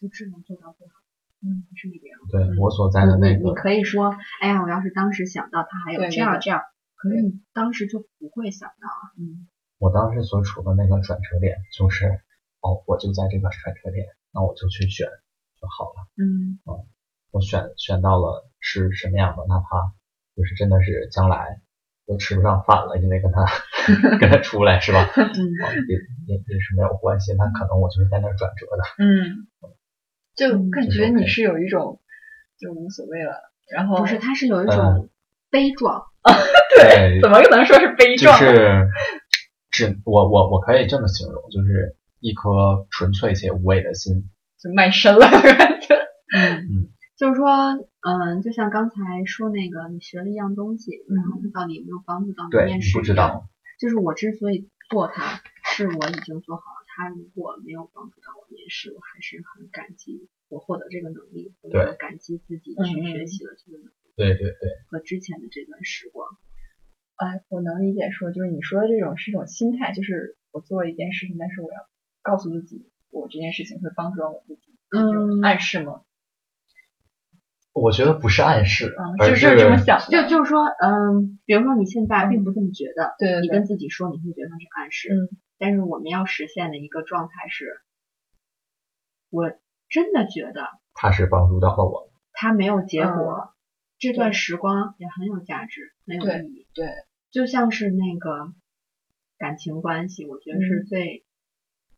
[SPEAKER 1] 就只能做到最好。嗯，是那个样子。
[SPEAKER 2] 对我所在的那
[SPEAKER 1] 你你
[SPEAKER 2] 个，
[SPEAKER 1] 可以说，哎呀，我要是当时想到他还有
[SPEAKER 3] 对
[SPEAKER 1] 这样
[SPEAKER 3] 对对
[SPEAKER 1] 这样，可是
[SPEAKER 3] 对
[SPEAKER 1] 你当时就不会想到。
[SPEAKER 3] 嗯，
[SPEAKER 2] 我当时所处的那个转折点，就是哦，我就在这个转折点，那我就去选就好了。
[SPEAKER 1] 嗯，
[SPEAKER 2] 我选选到了是什么样的，哪怕就是真的是将来都吃不上饭了，因为跟 他跟他出来是吧？
[SPEAKER 3] 嗯
[SPEAKER 2] 也也也是没有关系，那可能我就是在那儿转折 的。
[SPEAKER 3] 嗯，就
[SPEAKER 1] 嗯
[SPEAKER 3] 感
[SPEAKER 2] 这是
[SPEAKER 3] 觉
[SPEAKER 2] OK
[SPEAKER 3] 你是有一种就无所谓了，然后
[SPEAKER 1] 不是，他是有一种
[SPEAKER 2] 嗯
[SPEAKER 1] 悲壮。
[SPEAKER 2] 对
[SPEAKER 3] 怎么可能说是悲
[SPEAKER 2] 就
[SPEAKER 3] 壮？
[SPEAKER 2] 是只我我我可以这么形容，就是一颗纯粹且无畏的心。
[SPEAKER 3] 就卖身了，就
[SPEAKER 1] 嗯，就是说，嗯，就像刚才说那个，你学了一样东西，然后它到底有没有帮助到你
[SPEAKER 2] 对，
[SPEAKER 1] 面
[SPEAKER 2] 你
[SPEAKER 1] 试？
[SPEAKER 2] 不知。道，
[SPEAKER 1] 就是我之所以做它，是我已经做好了。它如果没有帮助到我面试，我还是很感激我获得这个能力，我也
[SPEAKER 2] 对
[SPEAKER 1] 很感激自己
[SPEAKER 3] 嗯
[SPEAKER 1] 去
[SPEAKER 3] 嗯
[SPEAKER 1] 学
[SPEAKER 3] 嗯
[SPEAKER 1] 习了这个能力
[SPEAKER 2] 对对对，
[SPEAKER 1] 和之前的这段时光。
[SPEAKER 3] 哎，我能理解说，就是你说的这种是一种心态，就是我做一件事情，但是我要告诉自己，我这件事情会帮助到我自己，这种
[SPEAKER 1] 嗯
[SPEAKER 3] 暗示吗？
[SPEAKER 2] 我觉得不是暗示，
[SPEAKER 3] 嗯，
[SPEAKER 2] 而
[SPEAKER 3] 是就是这么想的，
[SPEAKER 1] 就就是说，嗯，比如说你现在并不这么觉得，
[SPEAKER 3] 对对
[SPEAKER 1] 你
[SPEAKER 3] 对
[SPEAKER 1] 跟自己说你会觉得它是暗示，
[SPEAKER 3] 嗯
[SPEAKER 1] 但是我们要实现的一个状态是，我真的觉得
[SPEAKER 2] 他是帮助到了我。
[SPEAKER 1] 它没有
[SPEAKER 3] 嗯
[SPEAKER 1] 结果，这段时光也很有价值，很有
[SPEAKER 3] 对
[SPEAKER 1] 意义。
[SPEAKER 3] 对，
[SPEAKER 1] 就像是那个感情关系，我觉得
[SPEAKER 3] 嗯
[SPEAKER 1] 是最、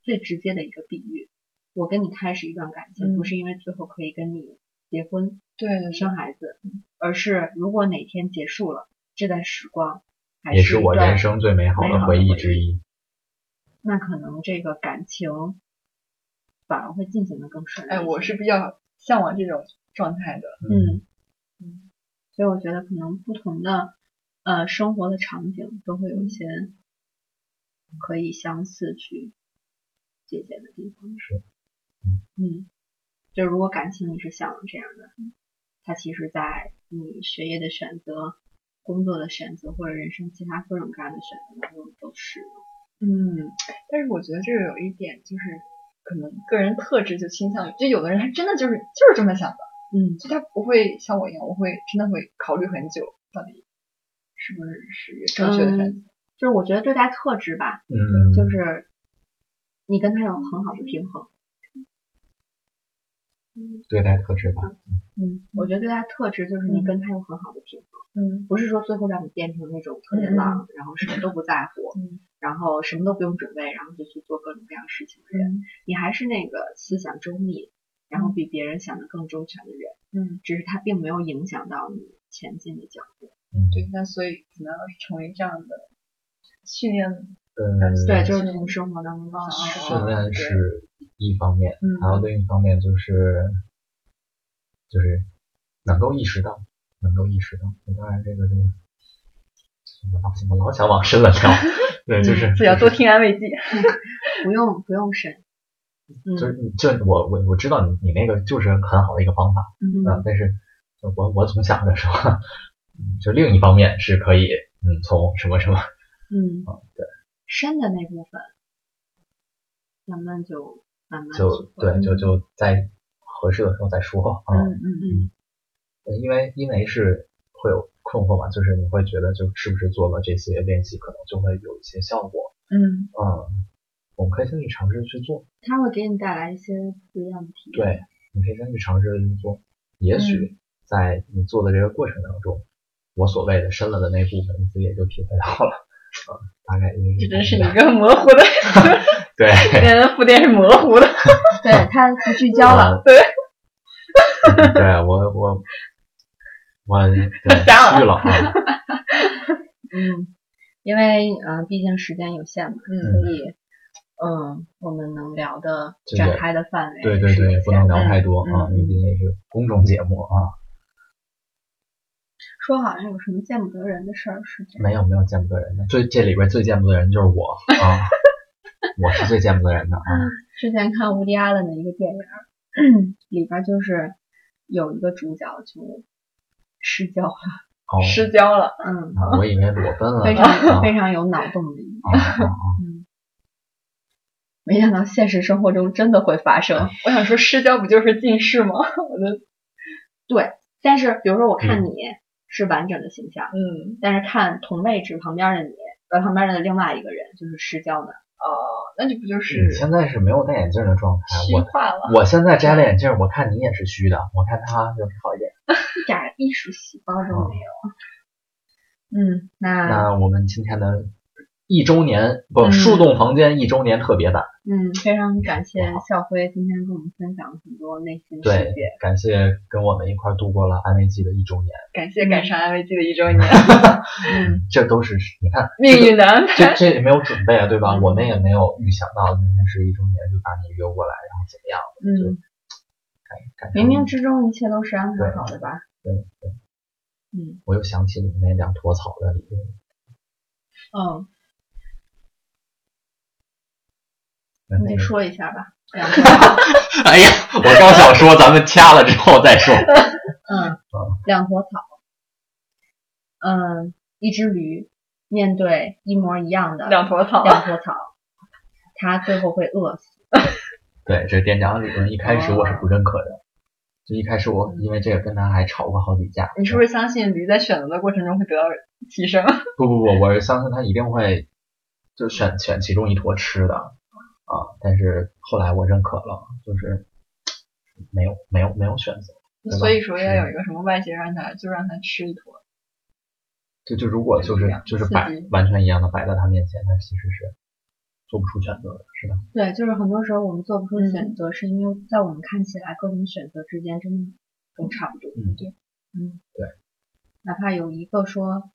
[SPEAKER 1] 最直接的一个比喻。我跟你开始一段感情，
[SPEAKER 3] 嗯
[SPEAKER 1] 不是因为最后可以跟你结婚，
[SPEAKER 3] 对对对，
[SPEAKER 1] 生孩子，
[SPEAKER 3] 嗯
[SPEAKER 1] 而是如果哪天结束了，这段时光还
[SPEAKER 2] 也
[SPEAKER 1] 是
[SPEAKER 2] 是我
[SPEAKER 1] 一段
[SPEAKER 2] 人，生最美好
[SPEAKER 1] 美好
[SPEAKER 2] 的
[SPEAKER 1] 的
[SPEAKER 2] 回忆
[SPEAKER 1] 回忆
[SPEAKER 2] 之一。
[SPEAKER 1] 那可能这个感情反而会进行的更顺利。
[SPEAKER 3] 哎，我是，比较向往这种状态的，
[SPEAKER 1] 嗯嗯，所以我觉得可能不同的呃生活的场景都会有一些可以相似去借鉴的地方。
[SPEAKER 2] 是，
[SPEAKER 1] 嗯，就如果感情你是向往这样的，它其实在你学业的选择、工作的选择或者人生其他各种各样的选择当中都是。
[SPEAKER 3] 嗯，但是我觉得这个有一点就是，可能个人特质就倾向于，就有的人他真的就是就是这么想的，
[SPEAKER 1] 嗯，
[SPEAKER 3] 就他不会像我一样，我会真的会考虑很久，到底是不是是一个正确的
[SPEAKER 1] 嗯
[SPEAKER 3] 选择。
[SPEAKER 1] 就是我觉得对待特质吧，
[SPEAKER 2] 嗯，
[SPEAKER 1] 就是你跟他有很好的平衡。
[SPEAKER 2] 对待特质吧。
[SPEAKER 1] 嗯，我觉得对待特质就是你
[SPEAKER 3] 嗯
[SPEAKER 1] 跟他有很好的平衡。
[SPEAKER 3] 嗯
[SPEAKER 1] 不是说最后让你变成那种特别浪，然后什么都不在乎，
[SPEAKER 3] 嗯
[SPEAKER 1] 然后什么都不用准备，然后就去做各种各样事情的
[SPEAKER 3] 嗯
[SPEAKER 1] 人。你还是那个思想周密，然后比别人想的更周全的人，
[SPEAKER 3] 嗯，
[SPEAKER 1] 只是他并没有影响到你前进的脚步。
[SPEAKER 2] 嗯，
[SPEAKER 3] 对，那所以可能要是成为这样的训练，
[SPEAKER 2] 嗯，
[SPEAKER 1] 对，就是
[SPEAKER 3] 是哦
[SPEAKER 1] 从生活当中的
[SPEAKER 3] 是
[SPEAKER 2] 训练
[SPEAKER 3] 对
[SPEAKER 2] 是一方面，
[SPEAKER 3] 嗯
[SPEAKER 2] 还有另一方面就是就是能够意识到，能够意识到。当然这个就我老我老想往深了 聊，对，就是
[SPEAKER 1] 嗯
[SPEAKER 3] 自己嗯要
[SPEAKER 2] 就
[SPEAKER 3] 多
[SPEAKER 2] 是
[SPEAKER 3] 听安慰剂。
[SPEAKER 1] 不用不用神。嗯
[SPEAKER 2] 就是你就我我我知道你你那个就是很好的一个方法啊，
[SPEAKER 1] 嗯
[SPEAKER 2] 但是就我我总想着说，嗯就另一方面是可以嗯从什么什么
[SPEAKER 1] 嗯
[SPEAKER 2] 啊，对，
[SPEAKER 1] 深的那部分，慢慢就慢慢
[SPEAKER 2] 就
[SPEAKER 1] 体会
[SPEAKER 2] 对就就在合适的时候再说啊。
[SPEAKER 3] 嗯嗯
[SPEAKER 1] 嗯
[SPEAKER 2] 对因为因为是会有困惑嘛，就是你会觉得就是不是做了这些练习，可能就会有一些效果。
[SPEAKER 3] 嗯
[SPEAKER 2] 嗯，我们可以先去尝试去做，
[SPEAKER 1] 它会给你带来一些不一样的体验。
[SPEAKER 2] 对，你可以先去尝试去做。也
[SPEAKER 3] 嗯
[SPEAKER 2] 许在你做的这个过程当中，我所谓的深了的那部分，你自己也就体会到了，啊、大概就是
[SPEAKER 3] 这真是
[SPEAKER 2] 这
[SPEAKER 3] 一
[SPEAKER 2] 样
[SPEAKER 3] 个模糊的，
[SPEAKER 2] 对，
[SPEAKER 3] 今天 的铺垫是模糊的。
[SPEAKER 1] 对他不聚焦了，
[SPEAKER 2] 嗯
[SPEAKER 3] 对，
[SPEAKER 2] 对我 我我对
[SPEAKER 3] 瞎了
[SPEAKER 2] 虚了啊，
[SPEAKER 1] 嗯，因为嗯、呃毕竟时间有限嘛，
[SPEAKER 3] 嗯，
[SPEAKER 1] 所以嗯，我们能聊的
[SPEAKER 2] 这个
[SPEAKER 1] 展开的范围
[SPEAKER 2] 对对
[SPEAKER 1] 是有
[SPEAKER 2] 对，不能
[SPEAKER 1] 限
[SPEAKER 2] 聊
[SPEAKER 1] 的
[SPEAKER 2] 太多啊，
[SPEAKER 1] 嗯
[SPEAKER 2] 你毕竟是公众节目啊，
[SPEAKER 1] 说好像有什么见不得人的事儿是这样，
[SPEAKER 2] 没有没有见不得人的，最这里边最见不得人就是我啊，我是最见不得人的啊，
[SPEAKER 1] 之前看乌迪安伦的一个电影儿， 里边儿就是有一个主角就失焦了，
[SPEAKER 2] 哦，
[SPEAKER 3] 失焦了，
[SPEAKER 1] 嗯，
[SPEAKER 2] 啊我以为裸奔了，
[SPEAKER 1] 非
[SPEAKER 2] 啊
[SPEAKER 1] 常 非常有脑洞的一个，
[SPEAKER 2] 啊啊啊
[SPEAKER 1] 没想到现实生活中真的会发
[SPEAKER 2] 哎
[SPEAKER 1] 生。
[SPEAKER 3] 我想说失焦不就是近视吗？我的
[SPEAKER 1] 但是比如说我
[SPEAKER 2] 嗯
[SPEAKER 1] 看你是完整的形象，
[SPEAKER 3] 嗯
[SPEAKER 1] 但是看同位置旁边的你，呃，旁边的另外一个人就是失焦的，
[SPEAKER 3] 哦，那就不就是
[SPEAKER 2] 你现在是没有戴眼镜的状态，
[SPEAKER 3] 虚
[SPEAKER 2] 我
[SPEAKER 3] 化了？
[SPEAKER 2] 我现在摘了眼镜，我看你也是虚的，我看他就是好一点。
[SPEAKER 1] 一点艺术细胞都没有。
[SPEAKER 3] 啊
[SPEAKER 1] 嗯，那
[SPEAKER 2] 那我们今天的一周年不
[SPEAKER 1] 嗯
[SPEAKER 2] 树洞房间一周年特别版，
[SPEAKER 1] 嗯，非常感谢校辉今天跟我们分享了很多内心世
[SPEAKER 2] 对
[SPEAKER 1] 界。，
[SPEAKER 2] 感谢跟我们一块儿度过了安慰剂的一周年，
[SPEAKER 3] 感谢赶上安慰剂的一周 年，
[SPEAKER 1] 嗯，
[SPEAKER 2] 这都是你 看
[SPEAKER 3] 命运的安
[SPEAKER 2] 这
[SPEAKER 3] 排。
[SPEAKER 2] 这也没有准备啊，对吧？
[SPEAKER 1] 嗯
[SPEAKER 2] 我们也没有预想到今天是一周年就把你约过来，然后怎么样？
[SPEAKER 1] 嗯，
[SPEAKER 2] 感觉
[SPEAKER 1] 冥冥之中一切都是安排
[SPEAKER 2] 对
[SPEAKER 1] 好的吧？
[SPEAKER 2] 对
[SPEAKER 1] 对。嗯
[SPEAKER 2] 我又想起你们那讲鸵草的理论，
[SPEAKER 1] 嗯，
[SPEAKER 2] 那
[SPEAKER 1] 你
[SPEAKER 2] 那
[SPEAKER 1] 得
[SPEAKER 2] 个
[SPEAKER 1] 说一下吧。两
[SPEAKER 2] 哎呀，我刚想说咱们掐了之后再说。
[SPEAKER 1] 嗯，两坨草，嗯，一只驴面对一模一样的
[SPEAKER 3] 两坨草，
[SPEAKER 1] 嗯两坨草，它最后会饿死。
[SPEAKER 2] 对，这店长理论一开始我是不认可的，就一开始我因为这个跟他还吵过好几架。
[SPEAKER 3] 你是不是相信驴在选择的过程中会得到提升？
[SPEAKER 2] 不不不，我是相信他一定会就选选其中一坨吃的啊，但是后来我认可了，就是没有没有没有选择。对吧
[SPEAKER 3] 所以说要有一个什么外界让他就让他吃一坨，
[SPEAKER 2] 就就如果就是
[SPEAKER 3] 这样
[SPEAKER 2] 就是
[SPEAKER 1] 刺
[SPEAKER 2] 摆
[SPEAKER 1] 激
[SPEAKER 2] 完全一样的摆在他面前，他其实是做不出选择的，是吧？
[SPEAKER 1] 对，就是很多时候我们做不出选择，是因为在我们看起来各种选择之间真的都差不多。
[SPEAKER 2] 嗯
[SPEAKER 1] 对，嗯，
[SPEAKER 2] 对。
[SPEAKER 1] 哪怕有一个说，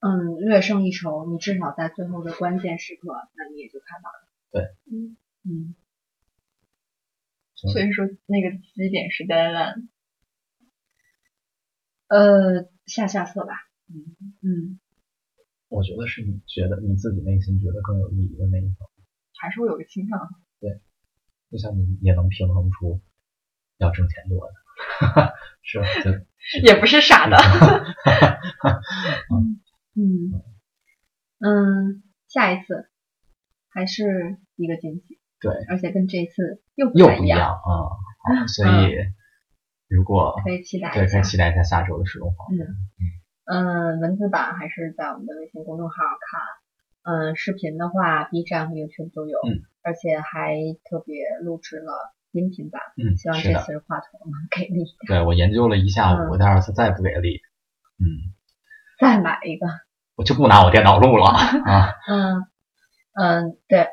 [SPEAKER 1] 嗯，略胜一筹，你至少在最后的关键时刻，那你也就看到了。
[SPEAKER 2] 对，
[SPEAKER 1] 嗯
[SPEAKER 2] 嗯
[SPEAKER 1] 嗯，
[SPEAKER 3] 所以说那个基点是呆烂。
[SPEAKER 1] 呃，下下策吧。嗯嗯，
[SPEAKER 2] 我觉得是你觉得你自己内心觉得更有意义的那一方，
[SPEAKER 3] 还是会有个倾向，
[SPEAKER 2] 就像你也能平衡出要挣钱多的， 是吧？就
[SPEAKER 3] 也不是傻的。
[SPEAKER 1] 嗯嗯，下一次还是一个惊喜，
[SPEAKER 2] 对，
[SPEAKER 1] 而且跟这一次又不
[SPEAKER 2] 又
[SPEAKER 1] 太
[SPEAKER 2] 不
[SPEAKER 1] 一
[SPEAKER 2] 一
[SPEAKER 1] 样，
[SPEAKER 2] 样啊、好所以
[SPEAKER 3] 嗯
[SPEAKER 2] 如果
[SPEAKER 1] 可以期待
[SPEAKER 2] 对
[SPEAKER 1] 一
[SPEAKER 2] 可
[SPEAKER 1] 下
[SPEAKER 2] 以。期待一下下周的使用方面。
[SPEAKER 1] 嗯，文字版还是在我们的微信公众号看。嗯，视频的话，B 站和 YouTube 都有，
[SPEAKER 2] 嗯
[SPEAKER 1] 而且还特别录制了音频版，
[SPEAKER 2] 嗯，
[SPEAKER 1] 希望
[SPEAKER 2] 是
[SPEAKER 1] 这
[SPEAKER 2] 的，
[SPEAKER 1] 次话筒能给力，
[SPEAKER 2] 对我研究了一下午，但是他再不给力，嗯，
[SPEAKER 1] 再买一个。
[SPEAKER 2] 我就不拿我电脑录了啊。
[SPEAKER 1] 嗯嗯，对，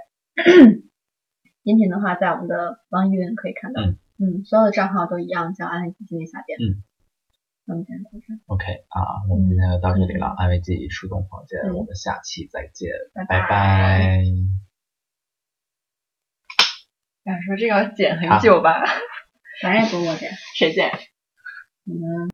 [SPEAKER 1] 音频的话，在我们的网易云可以看到。
[SPEAKER 2] 嗯
[SPEAKER 1] 嗯，所有的账号都一样，叫安利基金理下店。
[SPEAKER 2] 嗯，
[SPEAKER 1] 那么今天到这儿，
[SPEAKER 2] OK 啊，我们今天就到这里了，安慰剂树洞房间，
[SPEAKER 1] 嗯
[SPEAKER 2] 我们下期再见，
[SPEAKER 1] 拜
[SPEAKER 2] 拜拜。
[SPEAKER 3] 想说这个要剪很久吧？
[SPEAKER 1] 反正也不是我这样。
[SPEAKER 3] 谁剪？